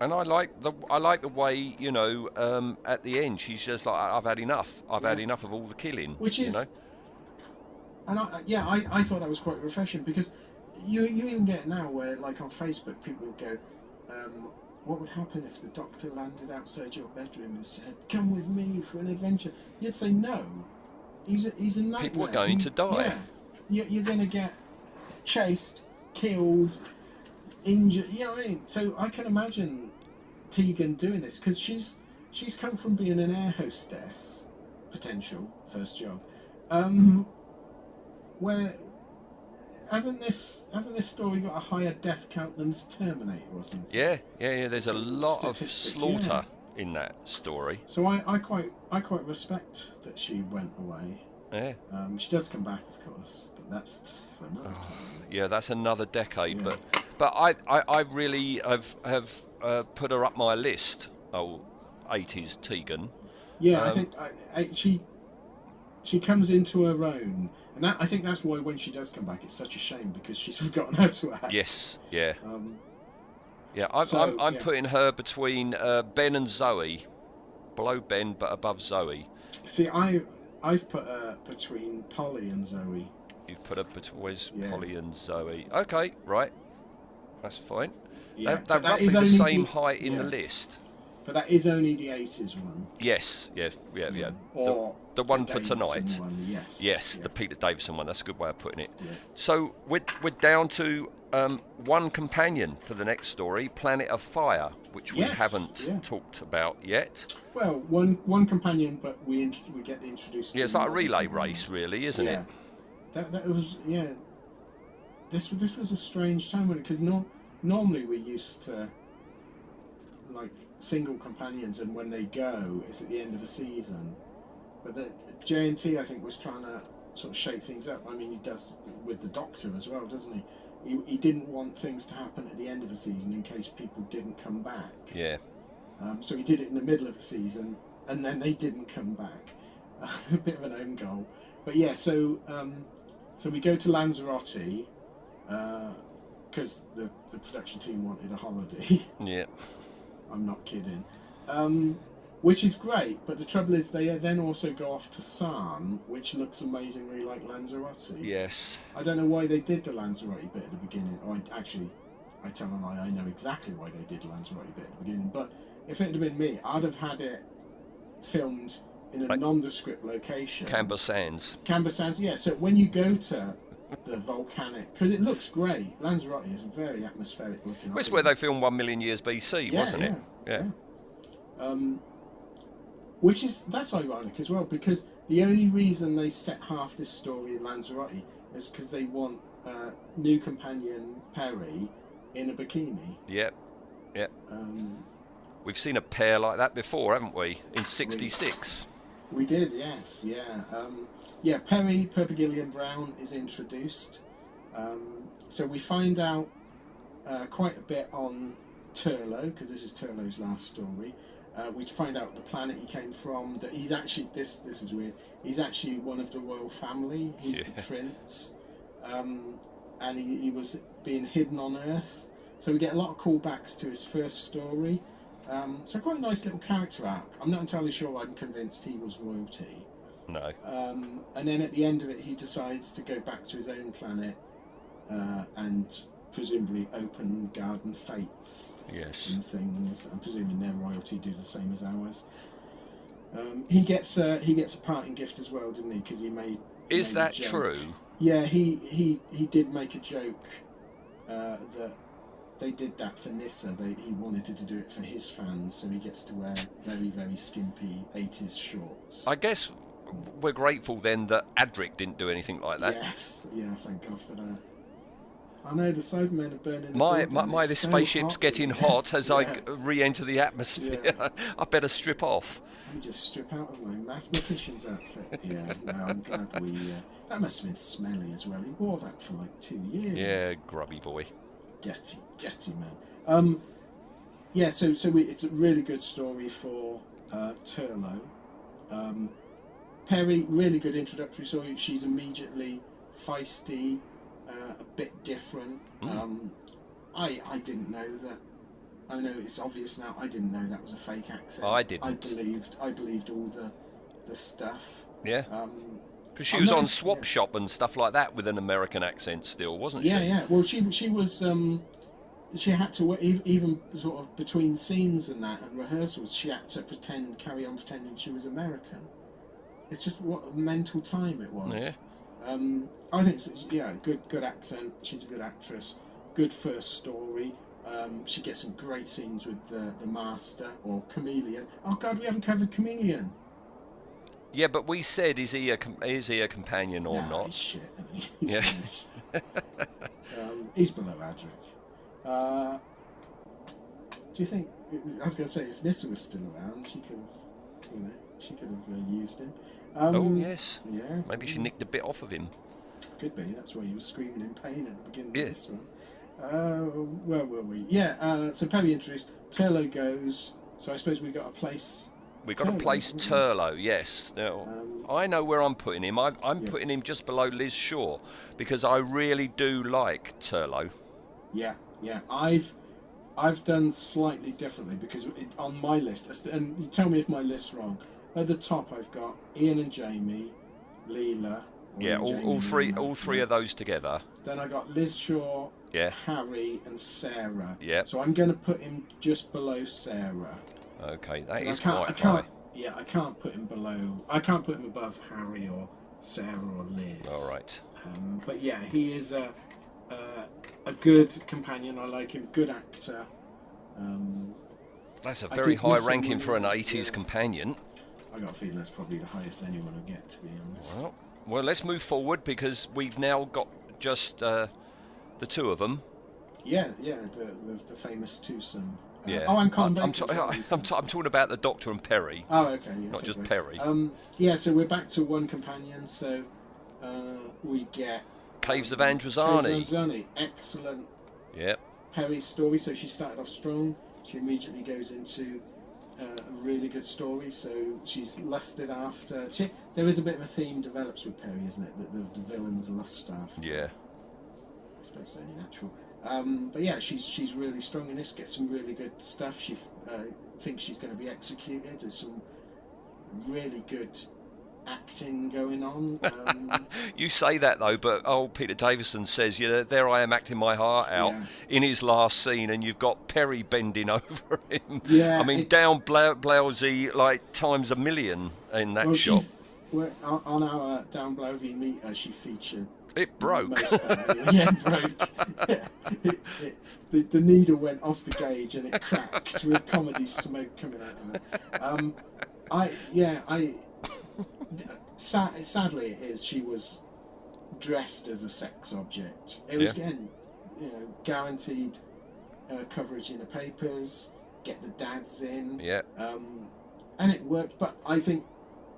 Speaker 4: And I like the I like the way you know um, at the end she's just like I've had enough. I've had
Speaker 5: Yeah.
Speaker 4: enough of all the killing.
Speaker 5: which
Speaker 4: you
Speaker 5: is
Speaker 4: know?
Speaker 5: and I, yeah I, I thought that was quite refreshing because you you even get it now where like on facebook people go um, what would happen if the doctor landed outside your bedroom and said come with me for an adventure you'd say no he's a, he's a nightmare.
Speaker 4: People are going to die.
Speaker 5: yeah. you're, you're going to get chased killed injured you know what i mean so i can imagine tegan doing this because she's she's come from being an air hostess potential first job um, where hasn't this hasn't this story got a higher death count than Terminator or something?
Speaker 4: Yeah, yeah, yeah. There's a
Speaker 5: It's a
Speaker 4: lot of
Speaker 5: statistic,
Speaker 4: slaughter in that story.
Speaker 5: So I, I quite I quite respect that she went away.
Speaker 4: Yeah,
Speaker 5: Um, she does come back, of course, but that's t- for another
Speaker 4: Ah.
Speaker 5: time.
Speaker 4: yeah. That's another decade,
Speaker 5: Yeah.
Speaker 4: but but I, I, I really have have uh, put her up my list. Oh, 80s Tegan.
Speaker 5: Yeah, I
Speaker 4: Um,
Speaker 5: think I, I, she she comes into her own, and that, I think that's why when she does come back, it's such a shame because she's forgotten how to act.
Speaker 4: Yes, yeah,
Speaker 5: Um,
Speaker 4: yeah. I'm
Speaker 5: So,
Speaker 4: I'm, I'm
Speaker 5: yeah.
Speaker 4: putting her between uh, Ben and Zoe, below Ben but above Zoe.
Speaker 5: see, I I've put her between Polly and Zoe.
Speaker 4: You've put her between
Speaker 5: Yeah.
Speaker 4: Polly and Zoe. Okay, right. That's fine.
Speaker 5: Yeah,
Speaker 4: they're
Speaker 5: but
Speaker 4: they're
Speaker 5: that
Speaker 4: roughly
Speaker 5: is
Speaker 4: the
Speaker 5: only
Speaker 4: same height in the
Speaker 5: yeah.
Speaker 4: list.
Speaker 5: But that is only the 80s one.
Speaker 4: Yes, yeah, yeah, yeah.
Speaker 5: Hmm. Or
Speaker 4: the one for
Speaker 5: Davidson
Speaker 4: tonight.
Speaker 5: one, yes.
Speaker 4: Yes,
Speaker 5: yeah,
Speaker 4: the Peter Davison one. That's a good way of putting it.
Speaker 5: yeah.
Speaker 4: So we're, we're down to um, one companion for the next story, Planet of Fire, which we
Speaker 5: Yes,
Speaker 4: haven't
Speaker 5: yeah.
Speaker 4: talked about yet.
Speaker 5: Well, one one companion, but we int- we get introduced.
Speaker 4: Yeah,
Speaker 5: to
Speaker 4: it's like a
Speaker 5: another
Speaker 4: relay
Speaker 5: companion.
Speaker 4: race, really, isn't
Speaker 5: yeah.
Speaker 4: it?
Speaker 5: That that was yeah. This this was a strange time because no, normally we're used to like single companions, and when they go, it's at the end of a season. But the J and T, I think, was trying to sort of shake things up. I mean, he does with the Doctor as well, doesn't he? He, he didn't want things to happen at the end of a season in case people didn't come back.
Speaker 4: Yeah,
Speaker 5: Um, so he did it in the middle of the season, and then they didn't come back. a bit of an own goal, but yeah. So um, so we go to Lanzarote because the the production team wanted a holiday.
Speaker 4: yeah,
Speaker 5: I'm not kidding. Um, which is great, but the trouble is they then also go off to San, which looks amazingly like Lanzarote.
Speaker 4: yes.
Speaker 5: I don't know why they did the Lanzarote bit at the beginning. Or I, actually, I tell a lie. I know exactly why they did the Lanzarote bit at the beginning. But if it had been me, I'd have had it filmed in a
Speaker 4: Like-
Speaker 5: nondescript location.
Speaker 4: Canberra Sands.
Speaker 5: Canberra Sands. Yeah. So when you go to the volcanic, because it looks great. Lanzarote is very atmospheric looking.
Speaker 4: That's
Speaker 5: island.
Speaker 4: where they filmed One Million Years BC,
Speaker 5: Yeah,
Speaker 4: wasn't it? Yeah.
Speaker 5: Um, which is that's ironic as well because the only reason they set half this story in Lanzarote is because they want uh, new companion Perry in a bikini.
Speaker 4: Yep.
Speaker 5: Um,
Speaker 4: We've seen a pair like that before, haven't we? In 66.
Speaker 5: we did, yes, yeah, um, yeah. Perry Perpigillian Brown is introduced, um, so we find out uh, quite a bit on Turlo because this is Turlo's last story. Uh, we find out the planet he came from. That he's actually this. This is weird. He's actually one of the royal family. He's
Speaker 4: Yeah.
Speaker 5: the prince, um, and he, he was being hidden on Earth. So we get a lot of callbacks to his first story. Um, so quite a nice little character arc. I'm not entirely sure. I'm convinced he was royalty.
Speaker 4: No.
Speaker 5: Um, and then at the end of it, he decides to go back to his own planet uh, and presumably open garden fates
Speaker 4: Yes.
Speaker 5: and things. I'm presuming their royalty do the same as ours. Um, he gets a, he gets a parting gift as well, didn't he? Because he made he
Speaker 4: Is
Speaker 5: made a
Speaker 4: that
Speaker 5: joke.
Speaker 4: true?
Speaker 5: Yeah, he he he did make a joke uh, that they did that for Nissa. They, he wanted to do it for his fans, so he gets to wear very very skimpy '80s shorts.
Speaker 4: I guess we're grateful then that Adric didn't do anything like that.
Speaker 5: Yes, yeah, thank God for that. I know the Cybermen are burning. the
Speaker 4: My,
Speaker 5: building,
Speaker 4: my, my
Speaker 5: it's
Speaker 4: this
Speaker 5: so
Speaker 4: spaceship's
Speaker 5: hot.
Speaker 4: getting hot as I
Speaker 5: Yeah.
Speaker 4: g- re-enter the atmosphere. I better strip off.
Speaker 5: You just strip out of my mathematician's outfit. Yeah, no, I'm glad we. Uh, that must have been smelly as well. He wore that for like two years.
Speaker 4: Yeah, grubby boy.
Speaker 5: dirty, dirty man. Um, yeah, so so we, it's a really good story for uh, Turlo. Um, Perry, really good introductory story. She's immediately feisty, uh, a bit different.
Speaker 4: Hmm.
Speaker 5: Um, I I didn't know that. I know it's obvious now. I didn't know that was a fake accent.
Speaker 4: I
Speaker 5: I
Speaker 4: didn't.
Speaker 5: believed. I believed all the the stuff.
Speaker 4: Yeah,
Speaker 5: Um,
Speaker 4: because she
Speaker 5: I
Speaker 4: was
Speaker 5: know,
Speaker 4: on Swap
Speaker 5: yeah.
Speaker 4: Shop and stuff like that with an American accent still, wasn't
Speaker 5: Yeah,
Speaker 4: she?
Speaker 5: yeah. Well, she she was um, she had to wo- e- even sort of between scenes and that and rehearsals, she had to pretend, carry on pretending she was American. It's just what a mental time it was.
Speaker 4: Yeah.
Speaker 5: Um, I think it's, yeah, good good accent. She's a good actress. Good first story. Um, she gets some great scenes with the, the master or chameleon. Oh God, we haven't covered chameleon.
Speaker 4: Yeah, but we said, is he a com- is he a companion or
Speaker 5: Nah,
Speaker 4: not?
Speaker 5: He's shit. isn't he? He's
Speaker 4: Yeah.
Speaker 5: finished. um, he's below Adric. Uh, do you think? I was going to say if Nissa was still around, she could have, you know, she could have uh, used him. Um,
Speaker 4: oh yes,
Speaker 5: Yeah.
Speaker 4: maybe she nicked a bit off of him.
Speaker 5: Could be. That's why you were screaming in pain at the beginning
Speaker 4: Yeah.
Speaker 5: of this one. Uh, where were we? Yeah. Uh, so Perry introduced. Turlo goes. So I suppose we got a place.
Speaker 4: We got to
Speaker 5: Turlo,
Speaker 4: place
Speaker 5: haven't we?
Speaker 4: Turlo. Yes. Now
Speaker 5: Um,
Speaker 4: I know where I'm putting him. I, I'm
Speaker 5: Yeah.
Speaker 4: putting him just below Liz Shaw because I really do like Turlo.
Speaker 5: Yeah, yeah. I've I've done slightly differently because it, on my list, as- and you tell me if my list's wrong. At the top, I've got Ian and Jamie, Leela. or
Speaker 4: Yeah,
Speaker 5: Ian,
Speaker 4: all,
Speaker 5: Jamie,
Speaker 4: all
Speaker 5: and
Speaker 4: three
Speaker 5: Leela,
Speaker 4: all three
Speaker 5: yeah.
Speaker 4: of those together.
Speaker 5: Then I got Liz Shaw,
Speaker 4: Yeah.
Speaker 5: Harry, and Sarah.
Speaker 4: Yeah.
Speaker 5: So I'm going to put him just below Sarah.
Speaker 4: Okay, that
Speaker 5: 'Cause
Speaker 4: is
Speaker 5: I can't, I
Speaker 4: quite high.
Speaker 5: can't, yeah, I can't put him below. I can't put him above Harry or Sarah or Liz.
Speaker 4: All right.
Speaker 5: Um, but yeah, he is a, a a good companion. I like him. Good actor. Um,
Speaker 4: That's a
Speaker 5: I
Speaker 4: very
Speaker 5: did miss
Speaker 4: high
Speaker 5: him
Speaker 4: ranking
Speaker 5: when uh,
Speaker 4: for
Speaker 5: we
Speaker 4: an
Speaker 5: were-
Speaker 4: 80s
Speaker 5: yeah.
Speaker 4: companion.
Speaker 5: I got a feeling that's probably the highest anyone will get, to be honest.
Speaker 4: Well, well, let's move forward because we've now got just uh, the two of them.
Speaker 5: Yeah, yeah, the the, the famous twosome. Uh,
Speaker 4: Yeah.
Speaker 5: Oh, and
Speaker 4: I'm,
Speaker 5: Con
Speaker 4: I'm,
Speaker 5: Baker's
Speaker 4: ta-
Speaker 5: well,
Speaker 4: I'm,
Speaker 5: isn't
Speaker 4: I'm
Speaker 5: he?
Speaker 4: talking about the Doctor and Perry.
Speaker 5: Oh, okay. Yeah,
Speaker 4: Not
Speaker 5: so
Speaker 4: just
Speaker 5: great.
Speaker 4: Perry.
Speaker 5: Um, yeah, so we're back to one companion. So uh, we get
Speaker 4: Caves of
Speaker 5: Caves
Speaker 4: Androzani.
Speaker 5: of Androzani. Excellent
Speaker 4: Yep.
Speaker 5: Perry's story. So she started off strong. She immediately goes into uh, a really good story. So she's lusted after. She, there is a bit of a theme develops with Perry, isn't it? That the, the villains lust after.
Speaker 4: Yeah.
Speaker 5: I suppose it's only natural. Um, but yeah, she's she's really strong in this. Gets some really good stuff. She uh, thinks she's going to be executed. There's some really good acting going on. Um,
Speaker 4: You say that though, but old Peter Davison says, "You know, there I am acting my heart out
Speaker 5: Yeah.
Speaker 4: in his last scene, and you've got Perry bending over him.
Speaker 5: Yeah,
Speaker 4: I mean,
Speaker 5: it-
Speaker 4: down bla- blousy like times a million in that
Speaker 5: well, she-
Speaker 4: shot.
Speaker 5: well, on on our down blousy meter, she featured
Speaker 4: It broke.
Speaker 5: Most of it. yeah, it broke. Yeah. It, it, the, the needle went off the gauge and it cracked with comedy smoke coming out of it. Um, I yeah I sad, sadly it is she was dressed as a sex object. It was
Speaker 4: Yeah.
Speaker 5: again you know guaranteed uh, coverage in the papers. Get the dads in
Speaker 4: yeah.
Speaker 5: um, and it worked. But I think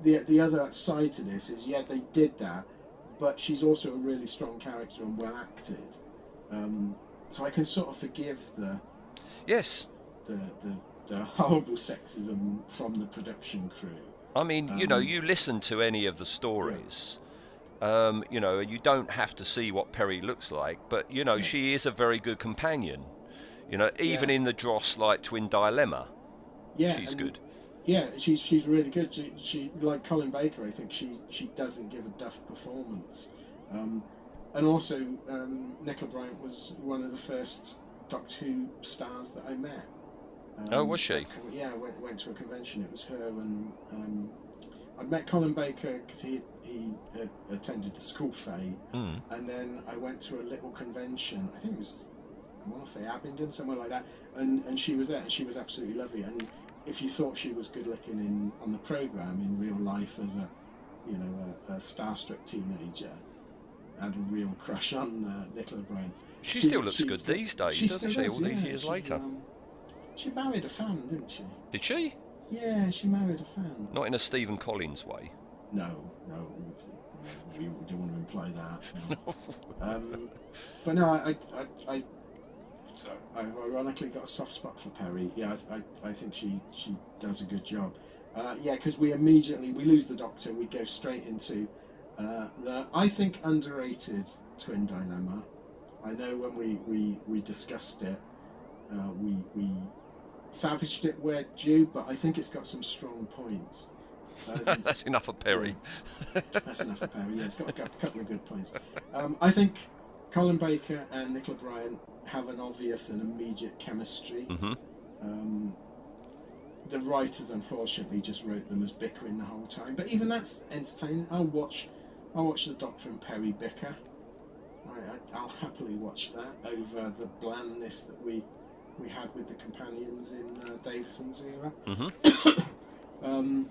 Speaker 5: the the other side to this is yeah, they did that, but she's also a really strong character and well acted. Um, so I can sort of forgive the
Speaker 4: Yes.
Speaker 5: the, the, the horrible sexism from the production crew.
Speaker 4: I mean, you know,
Speaker 5: Um,
Speaker 4: you listen to any of the stories, um, you know, and you don't have to see what Perry looks like, but you know,
Speaker 5: Yeah.
Speaker 4: she is a very good companion. You know, even
Speaker 5: Yeah.
Speaker 4: in the Dross like twin dilemma,
Speaker 5: Yeah,
Speaker 4: she's
Speaker 5: and-
Speaker 4: good.
Speaker 5: Yeah, she's she's really good. She, she like Colin Baker. I think she she doesn't give a duff performance. Um, and also, um, Nicola Bryant was one of the first Doctor Who stars that I met. Um,
Speaker 4: Oh, was she?
Speaker 5: Yeah, I went, went to a convention. It was her and um, I met Colin Baker because he he uh, attended the school fay,
Speaker 4: Mm.
Speaker 5: and then I went to a little convention. I think it was I want to say Abingdon, somewhere like that. And and she was there, and she was absolutely lovely. And if you thought she was good looking in on the program in real life as a you know, a, a starstruck teenager. Had a real crush on uh, Nicola Brain.
Speaker 4: She still looks good these days, doesn't she, all these years later?
Speaker 5: um, she married a fan, didn't she?
Speaker 4: Did she?
Speaker 5: Yeah, she married a fan.
Speaker 4: Not in a Stephen Collins way.
Speaker 5: No, no, we, we don't want to imply that. no. um, but no, I, I, I, so I ironically got a soft spot for Perry. Yeah, I, I, I think she, she does a good job. Uh, yeah, because we immediately we lose the Doctor, we go straight into uh, the I think underrated twin dilemma. I know when we we, we discussed it, uh, we we salvaged it where due, but I think it's got some strong points. Uh,
Speaker 4: That's enough of Perry.
Speaker 5: that's enough of Perry. Yeah, it's got a cou- couple of good points. Um, I think Colin Baker and Nicola Bryan have an obvious and immediate chemistry.
Speaker 4: Mhm.
Speaker 5: Um, the writers, unfortunately, just wrote them as bickering the whole time. But even that's entertaining. I'll watch, I'll watch the Doctor and Perry bicker. I, I, I'll happily watch that over the blandness that we we had with the companions in uh, Davison's era. um,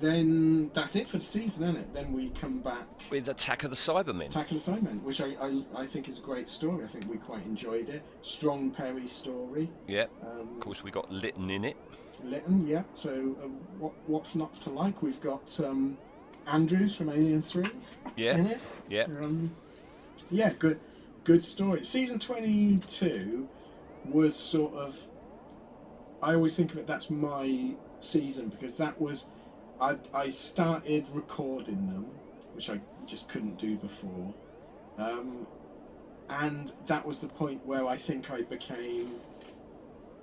Speaker 5: then that's it for the season, isn't it? Then we come back
Speaker 4: With Attack of the Cybermen.
Speaker 5: Attack of the Cybermen, which I, I, I think is a great story. I think we quite enjoyed it. Strong Perry story.
Speaker 4: Yeah.
Speaker 5: Um,
Speaker 4: Of course, we got Lytton in it.
Speaker 5: Litton, yeah. So uh, what, what's not to like? We've got um, Andrews from Alien Three in
Speaker 4: Yeah.
Speaker 5: it.
Speaker 4: Yeah.
Speaker 5: Um, yeah, good, good story. Season twenty-two was sort of. I always think of it. That's my season because that was, I I started recording them, which I just couldn't do before, um, and that was the point where I think I became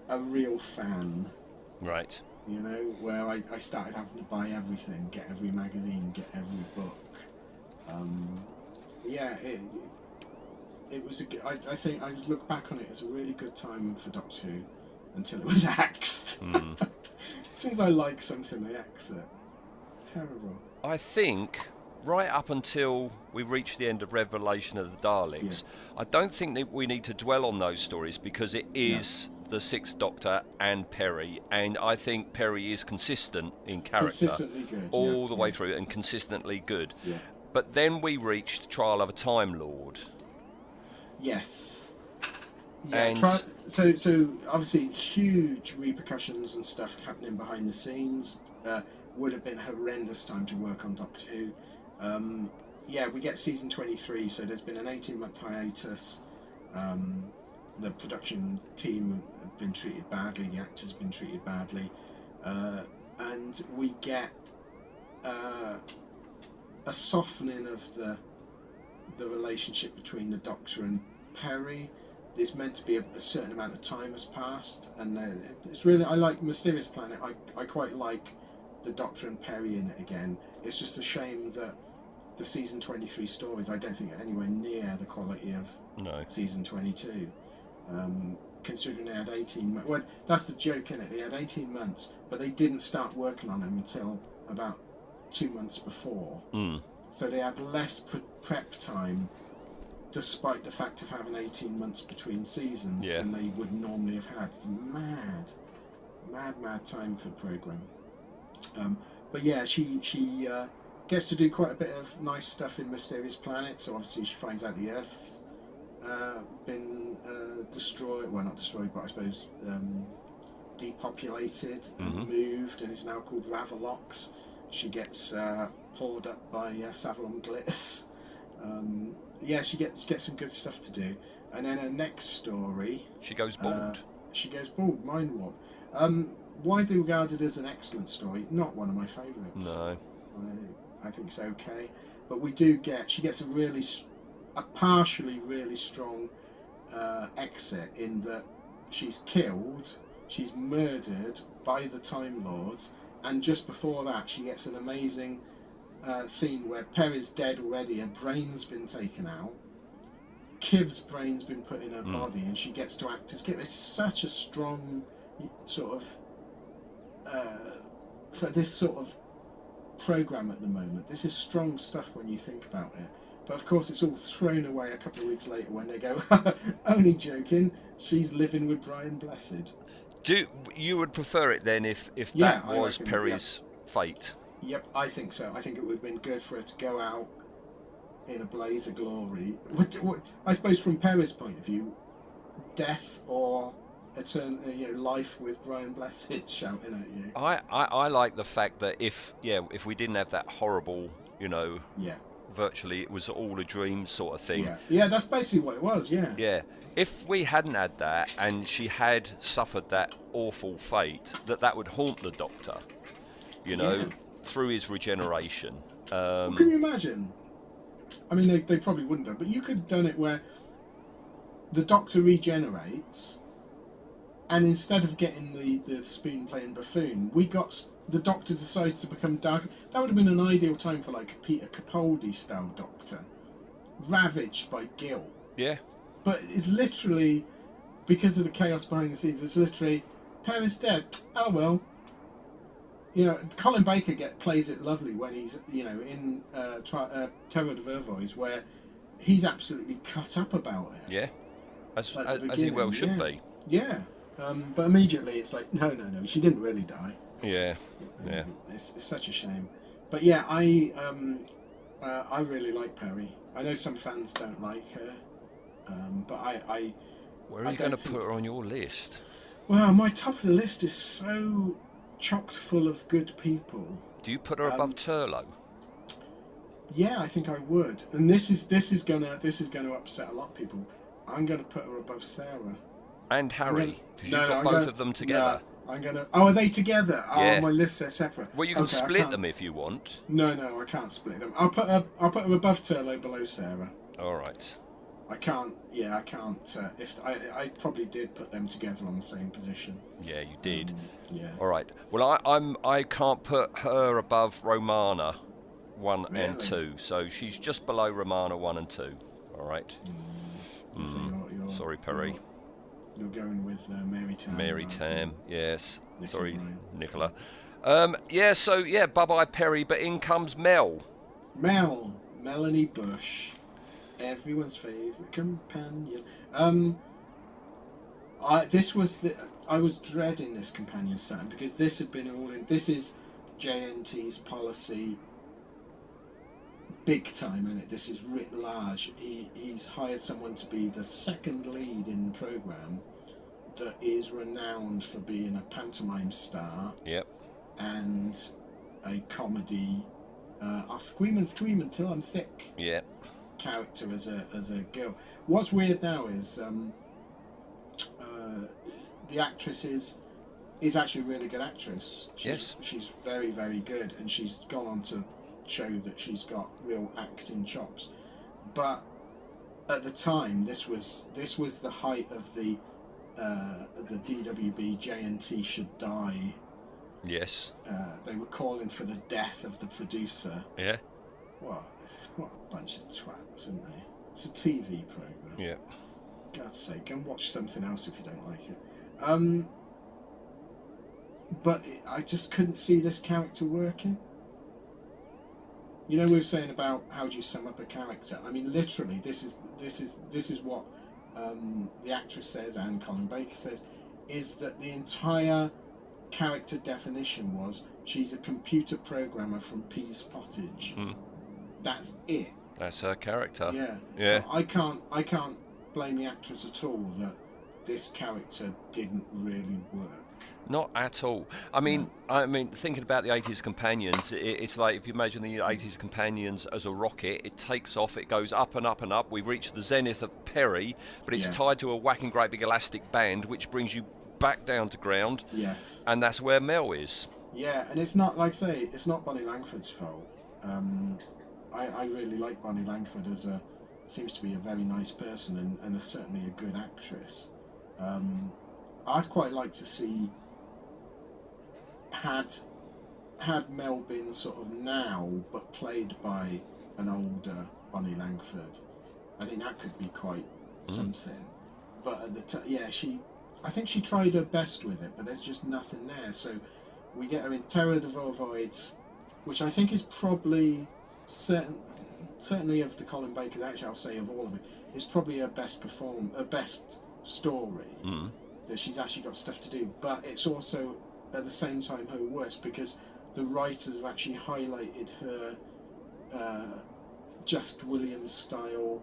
Speaker 5: a real fan
Speaker 4: Right.
Speaker 5: you know, where I, I started having to buy everything, get every magazine, get every book. Um, yeah, it, it was a g I I think I look back on it as a really good time for Doctor Who until it was axed.
Speaker 4: Mm.
Speaker 5: as soon as I like something, they axe it. It's terrible.
Speaker 4: I think right up until we reach the end of Revelation of the Daleks, I don't think that we need to dwell on those stories because it is the Sixth Doctor and Perry, and I think Perry is consistent in character
Speaker 5: Consistently good.
Speaker 4: all
Speaker 5: yeah,
Speaker 4: the way through and consistently good.
Speaker 5: Yeah.
Speaker 4: But then we reached Trial of a Time Lord.
Speaker 5: Yes. Yeah.
Speaker 4: And-
Speaker 5: tri- so, so obviously, huge repercussions and stuff happening behind the scenes. Uh, would have been a horrendous time to work on Doctor Who. Um, yeah, we get season twenty-three, so there's been an eighteen-month hiatus. Um, the production team have been treated badly. The actors have been treated badly, uh, and we get uh, a softening of the the relationship between the Doctor and Perry. There's meant to be a, a certain amount of time has passed, and uh, it's really I like Mysterious Planet. I, I quite like the Doctor and Perry in it again. It's just a shame that the season 23 stories I don't think are anywhere near the quality of
Speaker 4: No.
Speaker 5: season 22. Um, considering they had 18 months. Well, that's the joke, in it? They had 18 months, but they didn't start working on them until about two months before
Speaker 4: Mm.
Speaker 5: so they had less pre- prep time despite the fact of having 18 months between seasons
Speaker 4: Yeah.
Speaker 5: than they would normally have had It's mad mad mad time for the program um, but yeah she she uh, gets to do quite a bit of nice stuff in mysterious planet so obviously she finds out the earth's uh, been uh, destroyed well not destroyed but i suppose um, depopulated and
Speaker 4: Mhm.
Speaker 5: moved and is now called ravelox she gets uh, poured up by uh, Savillon Glitz. Um, yeah, she gets gets some good stuff to do. And then her next story,
Speaker 4: She goes
Speaker 5: Uh,
Speaker 4: bald.
Speaker 5: she goes, "Oh, mind warp." Um, widely regarded as an excellent story, not one of my favourites.
Speaker 4: no.
Speaker 5: I, I think it's okay. But we do get she gets a really, s- a partially really strong uh, exit in that she's killed, she's murdered by the Time Lords, and just before that she gets an amazing uh, scene where Perry's dead already, her brain's been taken out. Kiv's brain's been put in her
Speaker 4: Mm.
Speaker 5: body, and she gets to act as Kiv. It's such a strong sort of uh, for this sort of program at the moment. This is strong stuff when you think about it. But of course, it's all thrown away a couple of weeks later when they go, "Only joking. She's living with Brian Blessed."
Speaker 4: Do you would prefer it then if if
Speaker 5: Yeah,
Speaker 4: that
Speaker 5: I
Speaker 4: was
Speaker 5: reckon, yeah.
Speaker 4: Perry's fate?
Speaker 5: Yep, I think so. I think it would have been good for her to go out in a blaze of glory. What, what, I suppose from Perry's point of view, death or etern- uh, you know, life with Brian Blessed shouting at you.
Speaker 4: I, I, I like the fact that if yeah, if we didn't have that horrible, you know,
Speaker 5: Yeah,
Speaker 4: virtually it was all a dream sort of thing.
Speaker 5: yeah, yeah. That's basically what it was. Yeah,
Speaker 4: Yeah. If we hadn't had that and she had suffered that awful fate, that that would haunt the Doctor, you know,
Speaker 5: Yeah.
Speaker 4: through his regeneration. Um,
Speaker 5: Can you imagine? I mean, they, they probably wouldn't have, but you could have done it where the Doctor regenerates, and instead of getting the, the spoon playing buffoon, we got s- the Doctor decides to become dark. That would have been an ideal time for like a Peter Capaldi style Doctor, ravaged by guilt.
Speaker 4: yeah.
Speaker 5: But it's literally because of the chaos behind the scenes. It's literally Paris dead. Oh well. You know, Colin Baker get plays it lovely when he's you know in uh, tri- uh, Terror de Vervois where he's absolutely cut up about it.
Speaker 4: Yeah. As,
Speaker 5: At the
Speaker 4: as, as he well
Speaker 5: beginning,
Speaker 4: should
Speaker 5: yeah.
Speaker 4: be.
Speaker 5: Yeah. Um, but immediately it's like no no no she didn't really die.
Speaker 4: Yeah. Yeah.
Speaker 5: It's, it's such a shame. But yeah, I um, uh, I really like Perry. I know some fans don't like her, um, but I, I
Speaker 4: Where are
Speaker 5: I
Speaker 4: you going to
Speaker 5: don't think-
Speaker 4: put her on your list?
Speaker 5: Wow, my top of the list is so chocked full of good people.
Speaker 4: Do you
Speaker 5: Um,
Speaker 4: put her above Turlo?
Speaker 5: Yeah, I think I would. And this is this is gonna this is gonna upset a lot of people. I'm gonna put her above Sarah.
Speaker 4: And
Speaker 5: I'm gonna-
Speaker 4: Harry? Because
Speaker 5: No,
Speaker 4: you've
Speaker 5: no,
Speaker 4: got
Speaker 5: I'm
Speaker 4: both
Speaker 5: gonna-
Speaker 4: of them together.
Speaker 5: no, I'm gonna. Oh, are they together? Oh,
Speaker 4: Yeah.
Speaker 5: my lists are separate.
Speaker 4: Well, you can
Speaker 5: Okay, I
Speaker 4: split
Speaker 5: can't-
Speaker 4: them if you want.
Speaker 5: No, no, I can't split them. I'll put her. I'll put her above Turlo, below Sarah.
Speaker 4: All right.
Speaker 5: I can't. Yeah, I can't. Uh, if I, I probably did put them together on the same position.
Speaker 4: Yeah, you did.
Speaker 5: Yeah.
Speaker 4: All right. Well, I, I'm I can't put her above Romana, one and
Speaker 5: Really?
Speaker 4: two. So she's just below Romana one and two. All right.
Speaker 5: So you're- you're-
Speaker 4: Sorry, Perry.
Speaker 5: You're, you're going with uh, Mary Tam.
Speaker 4: Mary
Speaker 5: aren't you?
Speaker 4: Tam. Yes.
Speaker 5: Nicola
Speaker 4: Sorry,
Speaker 5: Bryan.
Speaker 4: Nicola. Um, yeah. So yeah, bye bye Perry. But in comes Mel.
Speaker 5: Mel, Melanie Bush, everyone's favourite companion. Um, I this was the I was dreading this companion sound because this had been all in. This is JNT's policy, big time in it. This is writ large. He, he's hired someone to be the second lead in the program that is renowned for being a pantomime star
Speaker 4: Yep.
Speaker 5: and a comedy. Uh, I'll scream and scream until I'm thick
Speaker 4: Yeah.
Speaker 5: character as a as a girl. What's weird now is um, uh, the actress is is actually a really good actress. She's,
Speaker 4: Yes.
Speaker 5: she's very very good, and she's gone on to show that she's got real acting chops. But at the time, this was this was the height of the uh, the DWB JNT should die
Speaker 4: Yes.
Speaker 5: uh, they were calling for the death of the producer.
Speaker 4: Yeah.
Speaker 5: What? What a bunch of twats, isn't they? It's a TV program.
Speaker 4: Yeah.
Speaker 5: God's sake, go and watch something else if you don't like it. Um, but it- I just couldn't see this character working. You know, we were saying about how do you sum up a character. I mean, literally, this is this is this is what um, the actress says and Colin Baker says is that the entire character definition was she's a computer programmer from Pease Pottage.
Speaker 4: Hmm.
Speaker 5: That's it.
Speaker 4: That's her character.
Speaker 5: Yeah.
Speaker 4: Yeah.
Speaker 5: So I can't I can't blame the actress at all that this character didn't really work.
Speaker 4: Not at all. I mean, I mean, thinking about the '80s companions, i it's like if you imagine the '80s companions as a rocket, it takes off, it goes up and up and up. We reach the zenith of Perry, but it's
Speaker 5: Yeah.
Speaker 4: tied to a whacking great big elastic band, which brings you back down to ground,
Speaker 5: Yes.
Speaker 4: and that's where Mel is.
Speaker 5: Yeah, and it's not like I say it's not Bonnie Langford's fault. Um, I, I really like Bonnie Langford as a seems to be a very nice person and, and a, certainly a good actress. Um, I'd quite like to see had had Mel been sort of now but played by an older Bonnie Langford. I think that could be quite something. But at the t- yeah, she I think she tried her best with it, but there's just nothing there. So we get her in Terror of All Voids, which I think is probably certain, certainly of the Colin Baker. Actually, I'll say of all of it, is probably her best perform, her best story
Speaker 4: Mm.
Speaker 5: that she's actually got stuff to do. But it's also at the same time her worst because the writers have actually highlighted her uh, just Williams style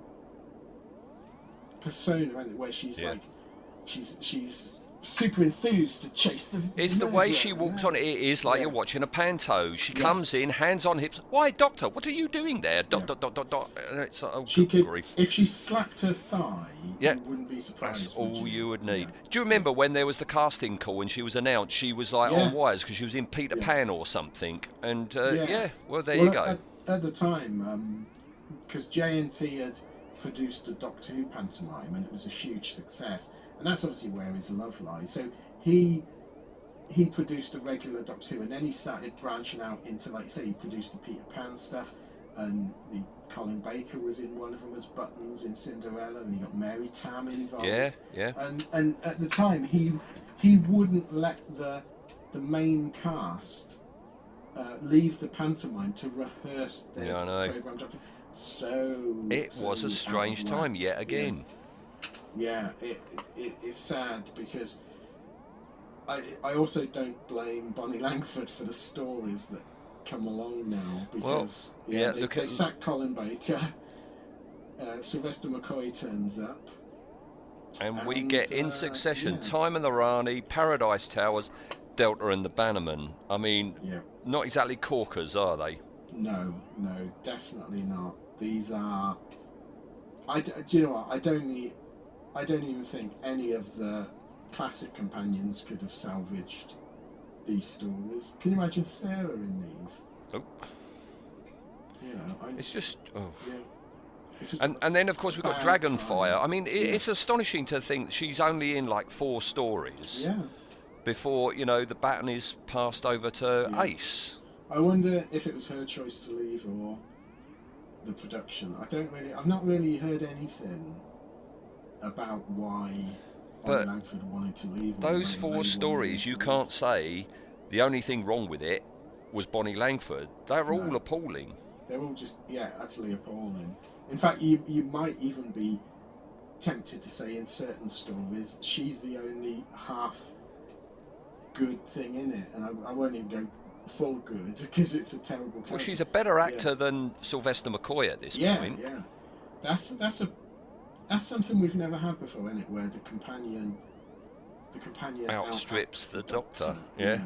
Speaker 5: persona, and where she's
Speaker 4: Yeah.
Speaker 5: like, she's she's super enthused to chase the.
Speaker 4: It's the way
Speaker 5: murderer,
Speaker 4: she walks
Speaker 5: yeah.
Speaker 4: on. It is like
Speaker 5: Yeah.
Speaker 4: you're watching a panto. She
Speaker 5: Yes.
Speaker 4: comes in, hands on hips. Why, doctor? What are you doing there? Dot dot dot dot dot. And It's like, oh,
Speaker 5: She
Speaker 4: good
Speaker 5: could,
Speaker 4: grief.
Speaker 5: if she slapped her thigh,
Speaker 4: Yeah.
Speaker 5: you wouldn't be surprised.
Speaker 4: That's
Speaker 5: would
Speaker 4: all you would need. Do you remember when there was the casting call and she was announced? She was like
Speaker 5: Yeah.
Speaker 4: on wires because she was in Peter
Speaker 5: Yeah.
Speaker 4: Pan or something. And uh, yeah.
Speaker 5: Yeah.
Speaker 4: well there
Speaker 5: Well,
Speaker 4: you go.
Speaker 5: At, at the time, um, because J&T had produced the Doctor Who pantomime and it was a huge success, and that's obviously where his love lies. So he he produced a regular Doctor Who, and then he started branching out into, like you say, he produced the Peter Pan stuff, and the Colin Baker was in one of them as Buttons in Cinderella, and he got Mary Tam involved
Speaker 4: yeah, yeah,
Speaker 5: and and at the time he he wouldn't let the the main cast uh, leave the pantomime to rehearse their
Speaker 4: Yeah, I know.
Speaker 5: program. So
Speaker 4: It
Speaker 5: so
Speaker 4: was a
Speaker 5: out
Speaker 4: strange
Speaker 5: of whack.
Speaker 4: time yet again.
Speaker 5: Yeah, it, it it's sad because I I also don't blame Bonnie Langford for the stories that come along now
Speaker 4: Well,
Speaker 5: because
Speaker 4: yeah,
Speaker 5: they,
Speaker 4: look
Speaker 5: they
Speaker 4: at-
Speaker 5: sack Colin Baker. Uh, Sylvester McCoy turns up.
Speaker 4: And we get
Speaker 5: And,
Speaker 4: in
Speaker 5: uh,
Speaker 4: succession
Speaker 5: yeah.
Speaker 4: Time and the Rani, Paradise Towers, Delta and the Bannerman. I mean,
Speaker 5: Yeah.
Speaker 4: not exactly corkers, are they?
Speaker 5: No, no, definitely not. These are. I d- do you know what? I don't. e- I don't even think any of the classic companions could have salvaged these stories. Can you imagine Sarah in these?
Speaker 4: Oh,
Speaker 5: You know, I,
Speaker 4: it's just. Oh.
Speaker 5: yeah. It's just-
Speaker 4: And, and then, of course, we've got
Speaker 5: Bad
Speaker 4: Dragonfire.
Speaker 5: time.
Speaker 4: I mean, it,
Speaker 5: Yeah.
Speaker 4: it's astonishing to think that she's only in like four stories
Speaker 5: yeah.
Speaker 4: before, you know, the baton is passed over to
Speaker 5: Yeah.
Speaker 4: Ace.
Speaker 5: I wonder if it was her choice to leave or the production. I don't really. I've not really heard anything about why.
Speaker 4: But
Speaker 5: Bonnie Langford wanted to leave. or
Speaker 4: Those
Speaker 5: whether they
Speaker 4: four
Speaker 5: wanted
Speaker 4: stories,
Speaker 5: to
Speaker 4: you
Speaker 5: leave.
Speaker 4: can't say the only thing wrong with it was Bonnie Langford. They're
Speaker 5: No.
Speaker 4: all appalling.
Speaker 5: They're all just yeah, utterly appalling. In fact, you you might even be tempted to say in certain stories she's the only half good thing in it, and I, I won't even go full good because it's a terrible. Character.
Speaker 4: Well, she's a better actor than Sylvester McCoy at this
Speaker 5: yeah,
Speaker 4: point.
Speaker 5: yeah. That's that's a that's something we've never had before, isn't it? Where the companion, the companion
Speaker 4: Outstrips
Speaker 5: outacts
Speaker 4: the Doctor,
Speaker 5: Yeah.
Speaker 4: yeah.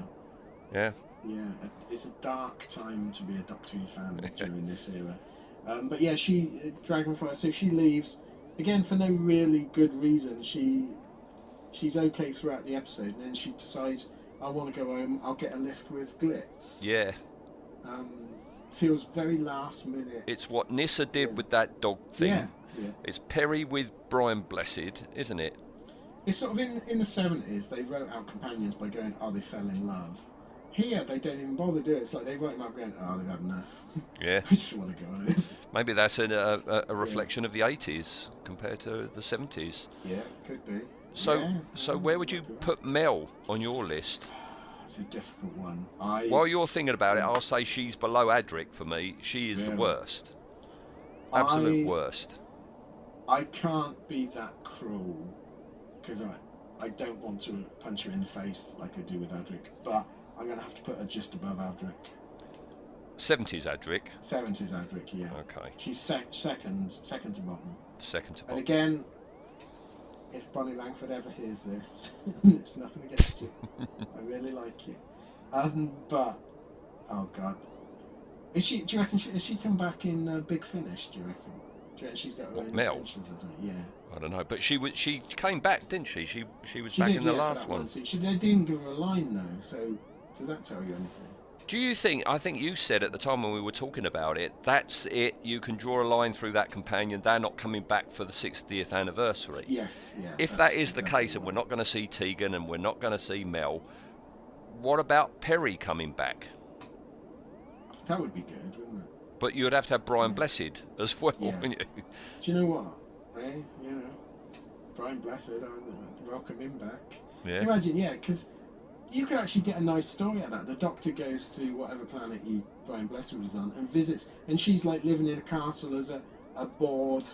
Speaker 4: yeah.
Speaker 5: Yeah, it's a dark time to be a Doctor Who fan during this era. Um, but yeah, she Dragonfire. So she leaves again for no really good reason. She she's okay throughout the episode, and then she decides I want to go home. I'll get a lift with Glitz.
Speaker 4: Yeah,
Speaker 5: Um, feels very last minute.
Speaker 4: it's what Nissa did
Speaker 5: Yeah.
Speaker 4: with that dog thing.
Speaker 5: Yeah, yeah.
Speaker 4: It's Perry with Brian Blessed, isn't it?
Speaker 5: It's sort of in in the seventies. They wrote out companions by going, "Oh, they fell in love." Here, they don't even bother doing it. It's like they wrote them out going, "Oh, they've had enough.
Speaker 4: Yeah.
Speaker 5: I just want to go home."
Speaker 4: Maybe that's an, uh, a, a reflection of the 80s compared to the 70s.
Speaker 5: Yeah, could be.
Speaker 4: So,
Speaker 5: Yeah,
Speaker 4: so
Speaker 5: yeah,
Speaker 4: where would you
Speaker 5: could be right.
Speaker 4: put Mel on your list?
Speaker 5: It's a difficult one. I
Speaker 4: While you're thinking about it, I'll say she's below Adric for me. She is the
Speaker 5: Mm. Yeah.
Speaker 4: worst, absolute
Speaker 5: I,
Speaker 4: worst.
Speaker 5: I can't be that cruel because I, I don't want to punch her in the face like I do with Adric. But I'm gonna have to put her just above Adric.
Speaker 4: 70s Adric.
Speaker 5: Seventies Adric, yeah.
Speaker 4: Okay,
Speaker 5: She's sec- second, second to bottom.
Speaker 4: second to
Speaker 5: And
Speaker 4: bottom.
Speaker 5: again, if Bonnie Langford ever hears this, it's nothing against you. I really like you. Um, but oh god, is she? Do you reckon she, is she come back in uh, Big Finish? Do you reckon? Do you reckon she's got her
Speaker 4: What,
Speaker 5: own
Speaker 4: Mel?
Speaker 5: adventures or something? Yeah,
Speaker 4: I don't know, but she was she came back, didn't she? She she was
Speaker 5: she
Speaker 4: back
Speaker 5: did
Speaker 4: in the
Speaker 5: yeah, for
Speaker 4: last
Speaker 5: that
Speaker 4: one.
Speaker 5: See, She they didn't give her a line though, so does that tell you anything?
Speaker 4: Do you think? I think you said at the time when we were talking about it, that's it. You can draw a line through that companion. They're not coming back for the 60th anniversary.
Speaker 5: Yes, yeah.
Speaker 4: If
Speaker 5: that's
Speaker 4: that is the
Speaker 5: exactly
Speaker 4: case, and
Speaker 5: right.
Speaker 4: we're not going to see Tegan and we're not going to see Mel, what about Perry coming back?
Speaker 5: that would be good, wouldn't it?
Speaker 4: But you'd have to have Brian
Speaker 5: Yeah.
Speaker 4: Blessed as well,
Speaker 5: Yeah.
Speaker 4: wouldn't you?
Speaker 5: Do you know what? Eh? You know, Brian Blessed, I welcome him back.
Speaker 4: Yeah.
Speaker 5: Imagine, yeah, because you could actually get a nice story out of that. The doctor goes to whatever planet you Brian Blessed was on and visits, and she's like living in a castle as a, a bored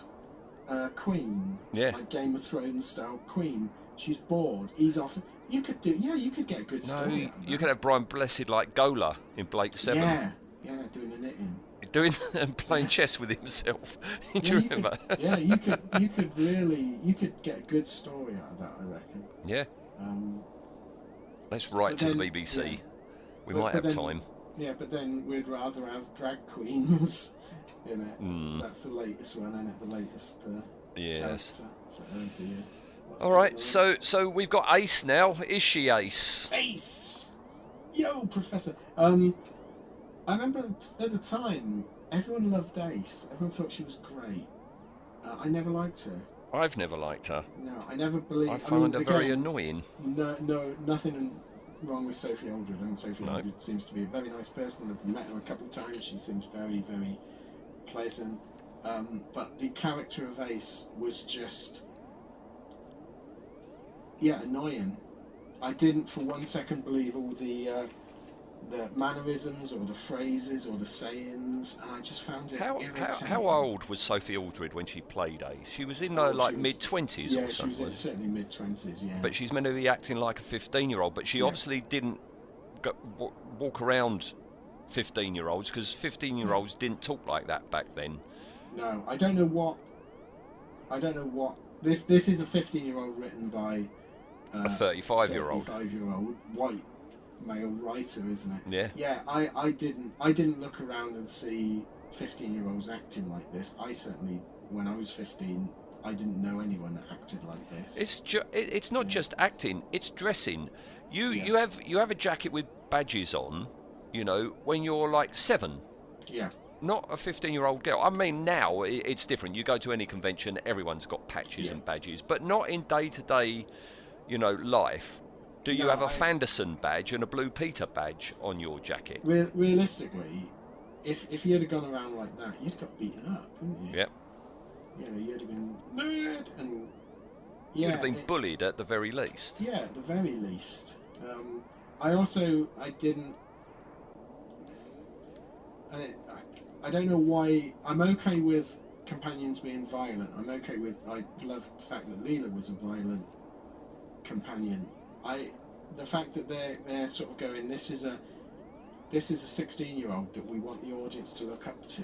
Speaker 5: uh, queen,
Speaker 4: Yeah.
Speaker 5: like Game of Thrones style queen. She's bored. He's off, You could do, yeah, you could get a good
Speaker 4: No,
Speaker 5: story. out of
Speaker 4: you
Speaker 5: that.
Speaker 4: could have Brian Blessed like Gola in Blake Seven,
Speaker 5: Yeah, yeah, doing a knitting.
Speaker 4: doing and playing chess with himself. Do
Speaker 5: Yeah,
Speaker 4: you
Speaker 5: you
Speaker 4: remember?
Speaker 5: Could, yeah, you could, you could really, you could get a good story out of that. I reckon.
Speaker 4: Yeah,
Speaker 5: Um,
Speaker 4: let's write
Speaker 5: But
Speaker 4: to the
Speaker 5: then-
Speaker 4: BBC.
Speaker 5: yeah.
Speaker 4: We
Speaker 5: But-
Speaker 4: might
Speaker 5: but
Speaker 4: have
Speaker 5: then-
Speaker 4: time.
Speaker 5: Yeah, but then we'd rather have drag queens in it.
Speaker 4: Mm.
Speaker 5: That's the latest one, isn't it? The latest uh,
Speaker 4: Yes.
Speaker 5: character. It's like, oh dear. What's
Speaker 4: All right.
Speaker 5: going
Speaker 4: So so we've got Ace now. Is she Ace?
Speaker 5: on? Ace! Yo, Professor! Um, I remember at- at the time, everyone loved Ace. Everyone thought she was great. Uh, I never liked her.
Speaker 4: I've never liked her.
Speaker 5: No, I never believed.
Speaker 4: I find
Speaker 5: mean,
Speaker 4: her very
Speaker 5: again,
Speaker 4: annoying.
Speaker 5: No, no, nothing wrong with Sophie Aldred. I think Sophie
Speaker 4: No.
Speaker 5: Aldred seems to be a very nice person. I've met her a couple of times. She seems very, very pleasant. Um, but the character of Ace was just, yeah, annoying. I didn't for one second believe all the uh, the mannerisms or the phrases or the sayings, and I just found it
Speaker 4: How, how
Speaker 5: irritating.
Speaker 4: how old was Sophie Aldred when she played Ace? She was in
Speaker 5: Oh,
Speaker 4: her
Speaker 5: she
Speaker 4: like
Speaker 5: was-
Speaker 4: mid twenties
Speaker 5: Yeah,
Speaker 4: or
Speaker 5: she was
Speaker 4: something.
Speaker 5: in, certainly mid twenties. Yeah,
Speaker 4: But she's meant to be acting like a fifteen-year-old. But she
Speaker 5: Yeah.
Speaker 4: obviously didn't go, wa- walk around fifteen-year-olds because
Speaker 5: Mm.
Speaker 4: fifteen-year-olds didn't talk like that back then.
Speaker 5: No, I don't know what. I don't know what this. This is a fifteen-year-old written by uh,
Speaker 4: A thirty-five-year-old.
Speaker 5: Thirty-five-year-old white male writer, isn't it?
Speaker 4: Yeah.
Speaker 5: Yeah, I, I didn't I didn't look around and see fifteen-year-olds acting like this. I certainly, when I was fifteen, I didn't know anyone that acted like this.
Speaker 4: It's ju- it, it's not
Speaker 5: Yeah.
Speaker 4: just acting; it's dressing. You
Speaker 5: Yeah.
Speaker 4: you have you have a jacket with badges on, you know, when you're like seven,
Speaker 5: yeah,
Speaker 4: not a fifteen-year-old girl. I mean, now i it's different. You go to any convention, everyone's got patches
Speaker 5: Yeah.
Speaker 4: and badges, but not in day-to-day, you know, life. Do you
Speaker 5: No,
Speaker 4: have a
Speaker 5: I-
Speaker 4: Fanderson badge and a Blue Peter badge on your jacket?
Speaker 5: Real, realistically, if if you had gone around like that, you'd got beaten up, wouldn't you?
Speaker 4: Yep.
Speaker 5: You know, you'd have been nerd and yeah,
Speaker 4: You'd have been
Speaker 5: it-
Speaker 4: bullied at the very least.
Speaker 5: Yeah, at the very least. Um, I also I didn't. I, I- I don't know why I'm okay with companions being violent. I'm okay with I love the fact that Leela was a violent companion. I the fact that they're they're sort of going this is a this is a 16 year old that we want the audience to look up to,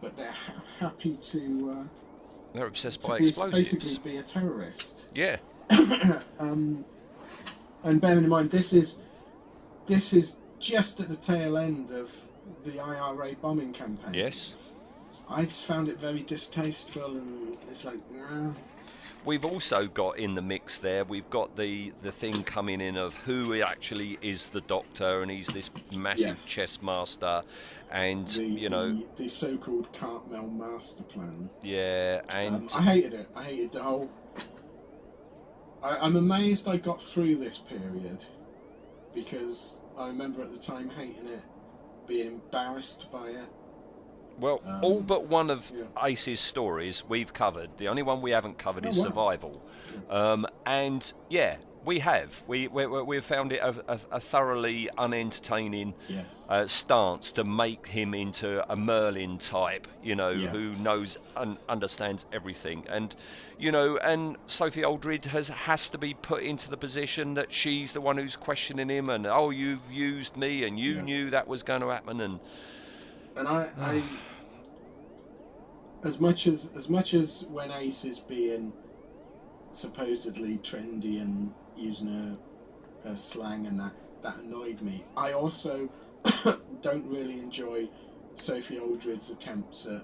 Speaker 5: but they're ha- happy to,
Speaker 4: They're obsessed
Speaker 5: uh,
Speaker 4: by
Speaker 5: to be, basically
Speaker 4: explosives.
Speaker 5: be a terrorist
Speaker 4: Yeah.
Speaker 5: um, and bearing in mind this is this is just at the tail end of the IRA bombing campaign.
Speaker 4: Yes.
Speaker 5: I just found it very distasteful, and it's like, nah.
Speaker 4: We've also got in the mix there. We've got the the thing coming in of who actually is the Doctor, and he's this massive
Speaker 5: Yes.
Speaker 4: chess master, and
Speaker 5: the,
Speaker 4: you know,
Speaker 5: the, the so-called Cartmel master plan.
Speaker 4: yeah, and
Speaker 5: um, I hated it. I hated the whole. I, I'm amazed I got through this period, because I remember at the time hating it, being embarrassed by it.
Speaker 4: well, all
Speaker 5: um,
Speaker 4: but one of
Speaker 5: yeah.
Speaker 4: Ace's stories we've covered. The only one we haven't covered
Speaker 5: Oh,
Speaker 4: is
Speaker 5: wow.
Speaker 4: survival, um, and yeah, we have. We we we- we've found it a, a, a thoroughly unentertaining
Speaker 5: Yes.
Speaker 4: uh, stance to make him into a Merlin type, you know,
Speaker 5: Yeah.
Speaker 4: who knows and understands everything. And, you know, and Sophie Aldred has has to be put into the position that she's the one who's questioning him and, oh, you've used me and you
Speaker 5: Yeah.
Speaker 4: knew that was going to happen. And
Speaker 5: And I, I as much as as much as when Ace is being supposedly trendy and using a, a slang and that that annoyed me. I also don't really enjoy Sophie Aldred's attempts at,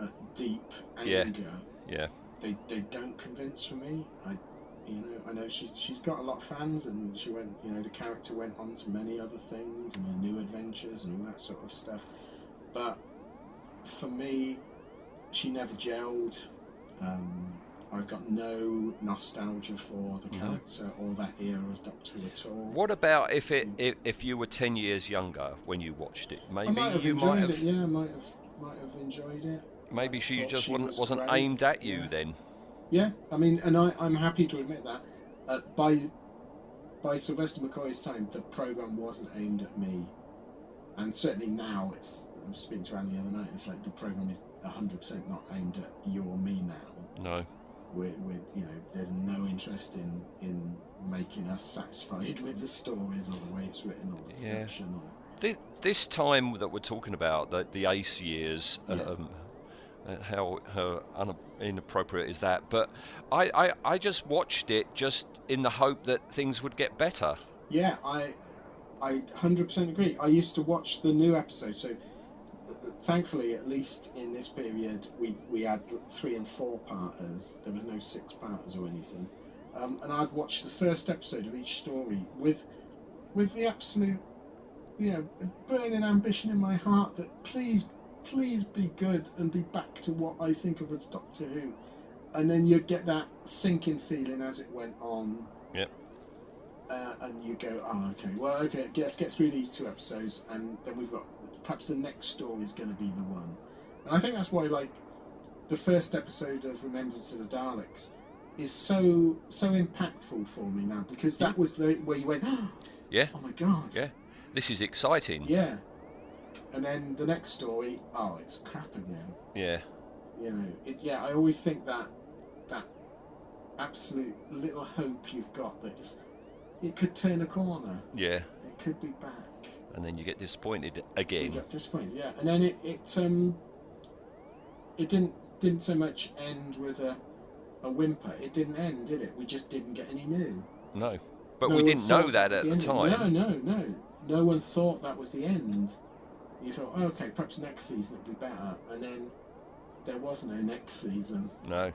Speaker 5: at deep
Speaker 4: Yeah.
Speaker 5: anger.
Speaker 4: yeah,
Speaker 5: They they don't convince for me. I you know I know she's she's got a lot of fans and she went you know the character went on to many other things and new adventures and all that sort of stuff but for me, she never gelled. Um, I've got no nostalgia for the
Speaker 4: Mhm.
Speaker 5: character or that era of Doctor Who at all.
Speaker 4: what about if it if, if you were ten years younger when you watched it?
Speaker 5: I
Speaker 4: Maybe
Speaker 5: might have
Speaker 4: you
Speaker 5: enjoyed
Speaker 4: might have.
Speaker 5: it. Yeah, I might have might have enjoyed it.
Speaker 4: Maybe she
Speaker 5: thought
Speaker 4: just
Speaker 5: she
Speaker 4: wasn't
Speaker 5: was
Speaker 4: wasn't
Speaker 5: great.
Speaker 4: aimed at you
Speaker 5: Yeah.
Speaker 4: then.
Speaker 5: Yeah, I mean, and I, I'm happy to admit that. Uh, by by Sylvester McCoy's time, the program wasn't aimed at me, and certainly now it's. I was speaking to Annie the other night. It's like the program is 100% not aimed at you or me now.
Speaker 4: No.
Speaker 5: with, with you know, there's no interest in in making us satisfied with the stories or the way it's written or the
Speaker 4: Yeah.
Speaker 5: production. Or,
Speaker 4: Thi- This time that we're talking about, the, the ace years,
Speaker 5: Yeah.
Speaker 4: um, uh, how, how un- inappropriate is that? But I, I, I just watched it just in the hope that things would get better.
Speaker 5: Yeah, I, I hundred percent agree. I used to watch the new episode, so uh, thankfully, at least in this period, we we had three and four parters. There was no six parters or anything, um, and I'd watch the first episode of each story with, with the absolute, you know, burning ambition in my heart that please, please be good and be back to what I think of as Doctor Who, and then you'd get that sinking feeling as it went on uh, and you go, oh, okay, well, okay, let's get through these two episodes, and then we've got perhaps the next story is going to be the one. And I think that's why, like, the first episode of Remembrance of the Daleks is so so impactful for me now because that was the where you went,
Speaker 4: Yeah.
Speaker 5: oh my god,
Speaker 4: Yeah. This is exciting.
Speaker 5: yeah. And then the next story, oh, it's crap again.
Speaker 4: Yeah.
Speaker 5: You know, it, yeah, I always think that that absolute little hope you've got that it's, it could turn a corner.
Speaker 4: Yeah.
Speaker 5: It could be back.
Speaker 4: And then you get disappointed
Speaker 5: You
Speaker 4: again.
Speaker 5: got disappointed, yeah. And then it, it um it didn't didn't so much end with a a whimper. It didn't end, did it? We just didn't get any new.
Speaker 4: No. But
Speaker 5: No
Speaker 4: we
Speaker 5: one
Speaker 4: didn't know
Speaker 5: thought
Speaker 4: that
Speaker 5: was
Speaker 4: at the
Speaker 5: ending.
Speaker 4: time.
Speaker 5: No, no, no. No one thought that was the end. You thought, oh, okay, perhaps next season it'll be better. And then there was no next season.
Speaker 4: No.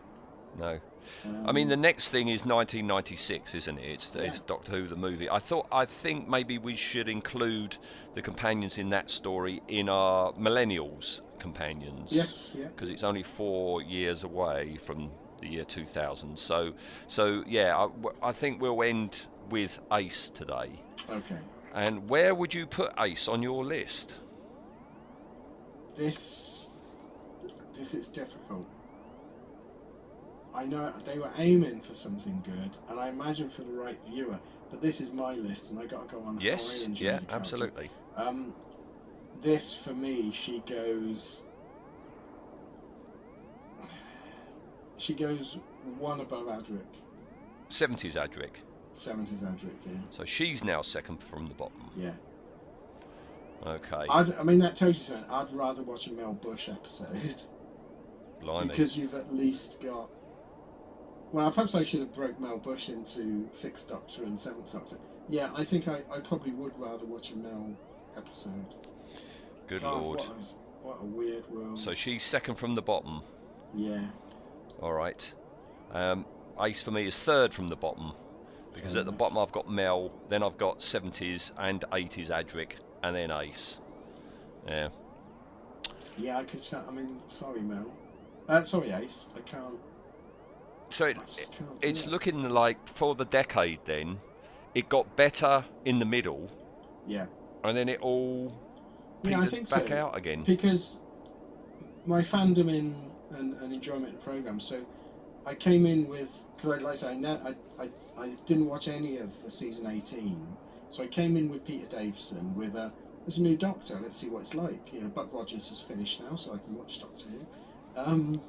Speaker 4: No.
Speaker 5: Um,
Speaker 4: I mean, the next thing is 1996, isn't it? It's, it's
Speaker 5: Yeah.
Speaker 4: Doctor Who the movie. I thought, I think maybe we should include the companions in that story in our millennials companions.
Speaker 5: yes, yeah.
Speaker 4: Because it's only four years away from the year 2000. So, so yeah, I, w- I think we'll end with Ace today.
Speaker 5: Okay.
Speaker 4: And where would you put Ace on your list?
Speaker 5: This this is difficult. I know they were aiming for something good, and I imagine for the right viewer. But this is my list, and I got to go on. how I
Speaker 4: Yes.
Speaker 5: enjoy
Speaker 4: Yeah.
Speaker 5: the character.
Speaker 4: Absolutely.
Speaker 5: Um, this for me, she goes. She goes one above Adric,
Speaker 4: 70s Adric.
Speaker 5: seventies Adric. Yeah,
Speaker 4: So she's now second from the bottom.
Speaker 5: yeah.
Speaker 4: Okay.
Speaker 5: I'd, I mean, that tells you something. I'd rather watch a Mel Bush episode.
Speaker 4: Blimey.
Speaker 5: Because you've at least got. Well, perhaps I should have broke Mel Bush into Sixth Doctor and Seventh Doctor. Yeah, I think I, I probably would rather watch a Mel episode.
Speaker 4: Good
Speaker 5: God,
Speaker 4: lord.
Speaker 5: Oh, What a, what a weird world.
Speaker 4: So she's second from the bottom.
Speaker 5: yeah.
Speaker 4: All right. Um, Ace for me is third from the bottom because
Speaker 5: Fair
Speaker 4: at the
Speaker 5: enough.
Speaker 4: bottom I've got Mel, then I've got 70s and 80s Adric, and then Ace. Yeah.
Speaker 5: Yeah, I could. sh- I mean, sorry, Mel. Uh, sorry, Ace. I can't.
Speaker 4: So it,
Speaker 5: I just can't do
Speaker 4: it's
Speaker 5: it.
Speaker 4: looking like for the decade then, it got better in the middle,
Speaker 5: Yeah.
Speaker 4: and then it all
Speaker 5: Yeah, I
Speaker 4: petered
Speaker 5: think
Speaker 4: back
Speaker 5: so.
Speaker 4: out again.
Speaker 5: because my fandom in and, and enjoyment of programs. So I came in with because I like I say I, ne- I, I I didn't watch any of the season eighteen. So I came in with Peter Davison with a there's a new Doctor. Let's see what it's like. You know, Buck Rogers has finished now, so I can watch Doctor Who. Um,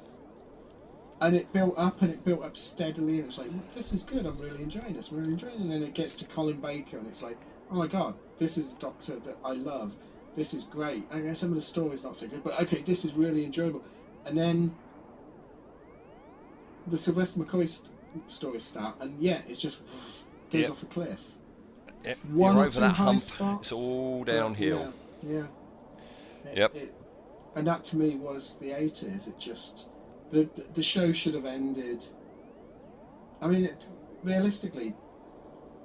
Speaker 5: and it built up and it built up steadily, and it was like this is good. I'm really enjoying this. I'm really enjoying. It. And then it gets to Colin Baker, and it's like oh my god, this is a Doctor that I love this is great. I mean, some of the story's not so good, but okay, this is really enjoyable. And then the Sylvester McCoy st- stories start, and yeah, it's just goes
Speaker 4: Yep.
Speaker 5: off a cliff.
Speaker 4: Yeah,
Speaker 5: One
Speaker 4: You're
Speaker 5: or
Speaker 4: over
Speaker 5: two
Speaker 4: that
Speaker 5: high
Speaker 4: hump.
Speaker 5: spots,
Speaker 4: It's all
Speaker 5: but
Speaker 4: downhill.
Speaker 5: Yeah. yeah. It-
Speaker 4: Yep.
Speaker 5: it- and that to me was the eighties. It just the, the the show should have ended. I mean, it, realistically,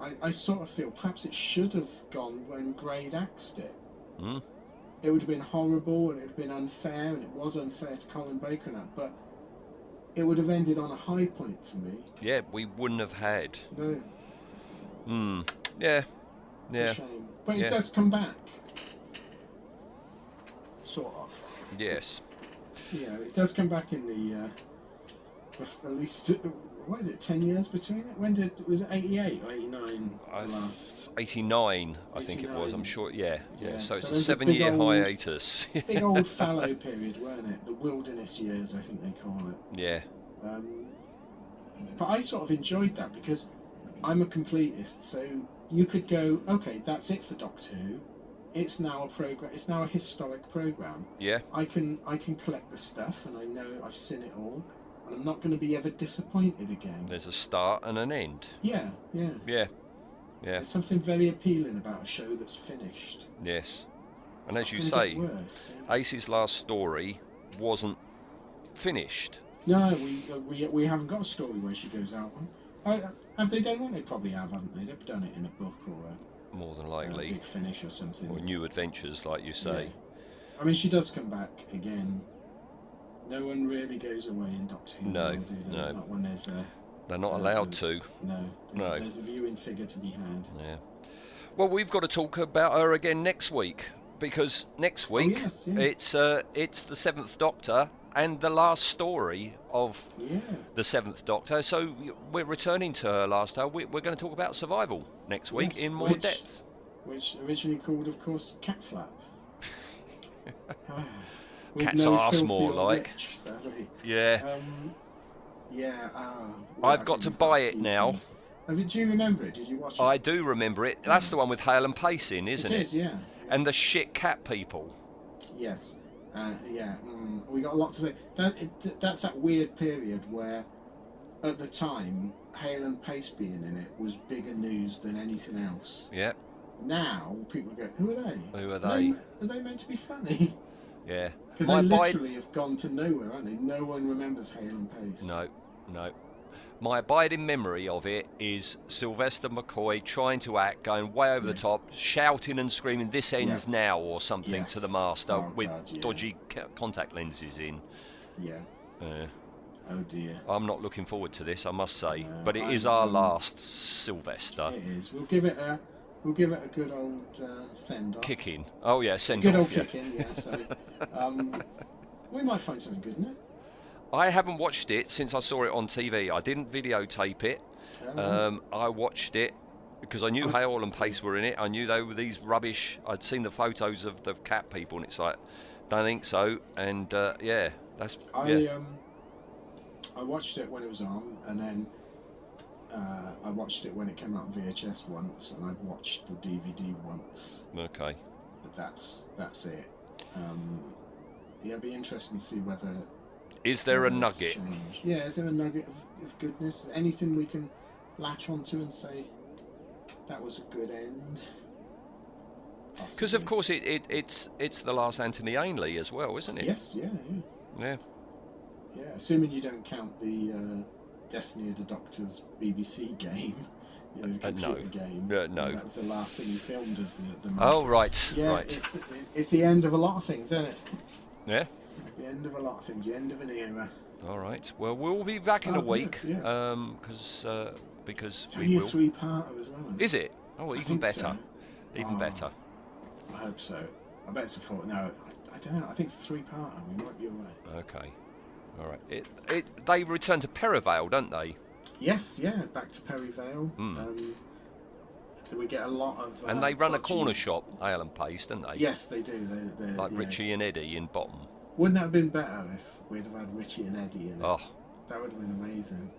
Speaker 5: I, I sort of feel perhaps it should have gone when Grade axed it
Speaker 4: Mm.
Speaker 5: it would have been horrible and it would have been unfair and it was unfair to Colin Baker and that, but it would have ended on a high point for me.
Speaker 4: Yeah, we wouldn't have had.
Speaker 5: No, it's
Speaker 4: Mm. Yeah.
Speaker 5: a
Speaker 4: Yeah.
Speaker 5: shame. But
Speaker 4: Yeah.
Speaker 5: it does come back. Sort of.
Speaker 4: Yes.
Speaker 5: You know, it does come back in the, uh, the at least, what is it, 10 years between it? When did, was it 88 or 89 the
Speaker 4: I-
Speaker 5: last?
Speaker 4: 89, I think it was. I'm
Speaker 5: 89.
Speaker 4: sure. Yeah, yeah.
Speaker 5: Yeah,
Speaker 4: So
Speaker 5: so
Speaker 4: it's a
Speaker 5: there's a big
Speaker 4: seven-year
Speaker 5: old-
Speaker 4: hiatus.
Speaker 5: Big old fallow period, weren't it? The wilderness years, I think they call it.
Speaker 4: yeah,
Speaker 5: Um, But I sort of enjoyed that because I'm a completist. So you could go, okay, that's it for Doctor Who. It's now a program. It's now a historic program.
Speaker 4: Yeah.
Speaker 5: I can I can collect the stuff, and I know I've seen it all, and I'm not going to be ever disappointed again.
Speaker 4: There's a start and an end.
Speaker 5: Yeah, yeah.
Speaker 4: Yeah. Yeah.
Speaker 5: There's something very appealing about a show that's finished.
Speaker 4: Yes.
Speaker 5: It's
Speaker 4: And
Speaker 5: not
Speaker 4: as you
Speaker 5: gonna
Speaker 4: say,
Speaker 5: get worse.
Speaker 4: Ace's last story wasn't finished.
Speaker 5: no, we, uh, we we haven't got a story where she goes out. on- Uh, have they done one? They probably have, haven't they? They've done it in a book or a-
Speaker 4: More than
Speaker 5: a,
Speaker 4: likely,
Speaker 5: big finish or something.
Speaker 4: or new adventures, like you say.
Speaker 5: Yeah. I mean, she does come back again. No one really goes away in Doctor Who.
Speaker 4: No,
Speaker 5: now, do they?
Speaker 4: no.
Speaker 5: Not when there's a
Speaker 4: They're not
Speaker 5: Yeah,
Speaker 4: allowed
Speaker 5: yeah.
Speaker 4: to.
Speaker 5: no. There's,
Speaker 4: No.
Speaker 5: There's a viewing figure to be had.
Speaker 4: Yeah. Well, we've got to talk about her again next week because next
Speaker 5: Oh,
Speaker 4: week
Speaker 5: yes, yeah.
Speaker 4: it's uh, it's the Seventh Doctor and the last story of
Speaker 5: Yeah.
Speaker 4: the Seventh Doctor. So we're returning to her last hour. We- We're going to talk about survival next week
Speaker 5: Yes,
Speaker 4: in more
Speaker 5: which-
Speaker 4: depth.
Speaker 5: Which originally called, of course, Catflap. With
Speaker 4: Cat's arse
Speaker 5: filthy
Speaker 4: more
Speaker 5: old
Speaker 4: like.
Speaker 5: witch, sadly.
Speaker 4: Yeah.
Speaker 5: Um, yeah. ah, well,
Speaker 4: I've
Speaker 5: I
Speaker 4: got
Speaker 5: think
Speaker 4: to
Speaker 5: we've
Speaker 4: buy
Speaker 5: a
Speaker 4: it
Speaker 5: few
Speaker 4: now.
Speaker 5: things. Uh, Did you remember it? Did you watch it?
Speaker 4: I do remember it. That's the one with Hale and Pace in,
Speaker 5: Uh, It
Speaker 4: isn't it?
Speaker 5: is, yeah.
Speaker 4: And the shit cat people.
Speaker 5: Yes. Uh, yeah. Mm, we got a lot to say. That, it, that's that weird period where, at the time, Hale and Pace being in it was bigger news than anything else.
Speaker 4: Yeah.
Speaker 5: Now people go, "Who are they?
Speaker 4: Who are
Speaker 5: they
Speaker 4: they?
Speaker 5: are they meant to be funny?"
Speaker 4: Yeah.
Speaker 5: Because
Speaker 4: My
Speaker 5: they
Speaker 4: buy-
Speaker 5: literally have gone to nowhere, aren't they? No one remembers Hale and Pace.
Speaker 4: No, no. My abiding memory of it is Sylvester McCoy trying to act, going way over the
Speaker 5: Yeah.
Speaker 4: top, shouting and screaming, This ends now, or something to the
Speaker 5: Yes.
Speaker 4: master
Speaker 5: Oh,
Speaker 4: with
Speaker 5: God, yeah.
Speaker 4: dodgy ca- contact lenses in.
Speaker 5: Yeah.
Speaker 4: Uh,
Speaker 5: Oh dear.
Speaker 4: I'm not looking forward to this, I must say,
Speaker 5: No,
Speaker 4: but it
Speaker 5: I'm-
Speaker 4: is our
Speaker 5: I'm-
Speaker 4: last Sylvester
Speaker 5: It is. We'll give it a. We'll give it a good old uh, send off.
Speaker 4: kicking. Oh, yeah, send
Speaker 5: Good
Speaker 4: off.
Speaker 5: old
Speaker 4: yeah.
Speaker 5: kick in. Yeah. So, um, we might find something good in it.
Speaker 4: I haven't watched it since I saw it on TV. I didn't videotape it.
Speaker 5: Um,
Speaker 4: Um, I watched it because I knew Hale and Pace were in it. I knew they were these rubbish. I'd seen the photos of the cat people, and it's like, don't think so. And uh, yeah, that's
Speaker 5: I
Speaker 4: yeah,
Speaker 5: um, I watched it when it was on, and then uh, I watched it when it came out on VHS once, and I've watched the DVD once,
Speaker 4: okay.
Speaker 5: but that's that's it. Um, yeah, it'd be interesting to see whether
Speaker 4: Is there a
Speaker 5: whether it's
Speaker 4: nugget?
Speaker 5: changed. Yeah, is there a nugget of, of goodness? Anything we can latch onto and say that was a good end?
Speaker 4: Because of
Speaker 5: Possibly.
Speaker 4: course it, it, it's it's the last Anthony Ainley as well, isn't it?
Speaker 5: Yes, yeah, yeah,
Speaker 4: Yeah.
Speaker 5: yeah. Assuming you don't count the uh, Destiny of the Doctor's BBC game, you know, the
Speaker 4: Uh, no.
Speaker 5: computer game.
Speaker 4: Uh, no.
Speaker 5: That was the last thing he filmed as the. the
Speaker 4: Oh
Speaker 5: master.
Speaker 4: right,
Speaker 5: Yeah,
Speaker 4: right.
Speaker 5: it's the, it's the end of a lot of things, isn't it?
Speaker 4: Yeah.
Speaker 5: The end of a lot of things. The end of an era.
Speaker 4: All right. Well, we'll be back in a
Speaker 5: Oh,
Speaker 4: week.
Speaker 5: yeah,
Speaker 4: Um, cause, uh, because
Speaker 5: It's
Speaker 4: we
Speaker 5: only a
Speaker 4: will.
Speaker 5: three-parter as well.
Speaker 4: Is it? Oh,
Speaker 5: I
Speaker 4: even
Speaker 5: think
Speaker 4: better.
Speaker 5: so.
Speaker 4: Even
Speaker 5: Oh.
Speaker 4: better.
Speaker 5: I hope so. I bet it's a four. No, I, I don't know. I think it's a three-parter. We might be all right.
Speaker 4: Okay. All right. It, it, they return to Perivale, don't they?
Speaker 5: Yes, yeah. Back to Perry Vale.
Speaker 4: Hmm.
Speaker 5: Um, we get a lot of.
Speaker 4: And
Speaker 5: uh,
Speaker 4: they run a
Speaker 5: dodgy-
Speaker 4: corner shop, Ale and Pace, don't they?
Speaker 5: Yes, they do. They, they,
Speaker 4: Like
Speaker 5: yeah.
Speaker 4: Richie and Eddie in Bottom.
Speaker 5: Wouldn't that have been better if we'd have had Richie and Eddie in it?
Speaker 4: Oh,
Speaker 5: That would have been amazing.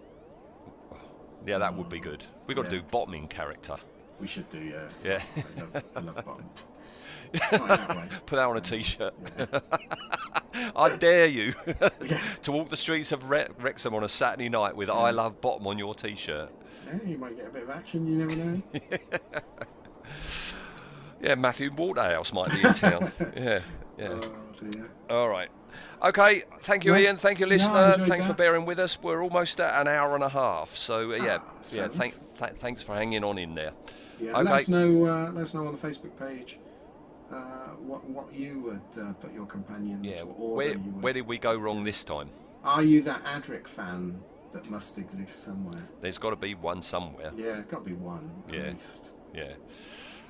Speaker 4: yeah, that would be good. We've got to
Speaker 5: Mm. Yeah.
Speaker 4: do Bottom in character.
Speaker 5: We should do, yeah.
Speaker 4: Yeah.
Speaker 5: I love, I love Bond. Not in that way.
Speaker 4: Put that on a t shirt. I dare you to walk the streets of Re- Wrexham on a Saturday night with I Love Bottom on your t shirt.
Speaker 5: Yeah, you might get a bit of action, you never know.
Speaker 4: Yeah, Matthew Waterhouse might be in town. yeah, yeah.
Speaker 5: Oh, dear.
Speaker 4: All right. Okay. Thank you,
Speaker 5: Right.
Speaker 4: Ian. Thank you,
Speaker 5: No, I
Speaker 4: listener.
Speaker 5: enjoyed
Speaker 4: Thanks for
Speaker 5: that.
Speaker 4: bearing with us. We're almost at an hour and a half. So uh, yeah,
Speaker 5: Ah, that's fair
Speaker 4: yeah.
Speaker 5: enough.
Speaker 4: Thank, th- thanks for hanging on in there.
Speaker 5: Yeah,
Speaker 4: Okay.
Speaker 5: let us know. Uh, let us know on the Facebook page uh, what what you would uh, put your companions.
Speaker 4: Yeah.
Speaker 5: what order
Speaker 4: Where
Speaker 5: you would.
Speaker 4: where did we go wrong this time?
Speaker 5: Are you that Adric fan that must exist somewhere?
Speaker 4: There's got to be one somewhere.
Speaker 5: Yeah, it's got to be one at
Speaker 4: Yeah.
Speaker 5: least.
Speaker 4: Yeah.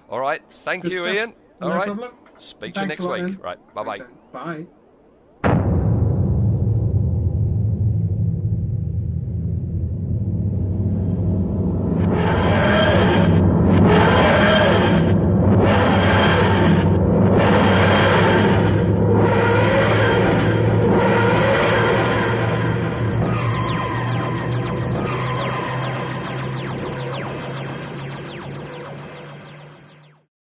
Speaker 4: All right. Thank
Speaker 5: Good
Speaker 4: you,
Speaker 5: stuff.
Speaker 4: Ian. All
Speaker 5: no
Speaker 4: right.
Speaker 5: problem.
Speaker 4: Speak to you next
Speaker 5: Thanks a lot,
Speaker 4: week.
Speaker 5: then.
Speaker 4: Right. Bye bye.
Speaker 5: Thanks, then. Bye.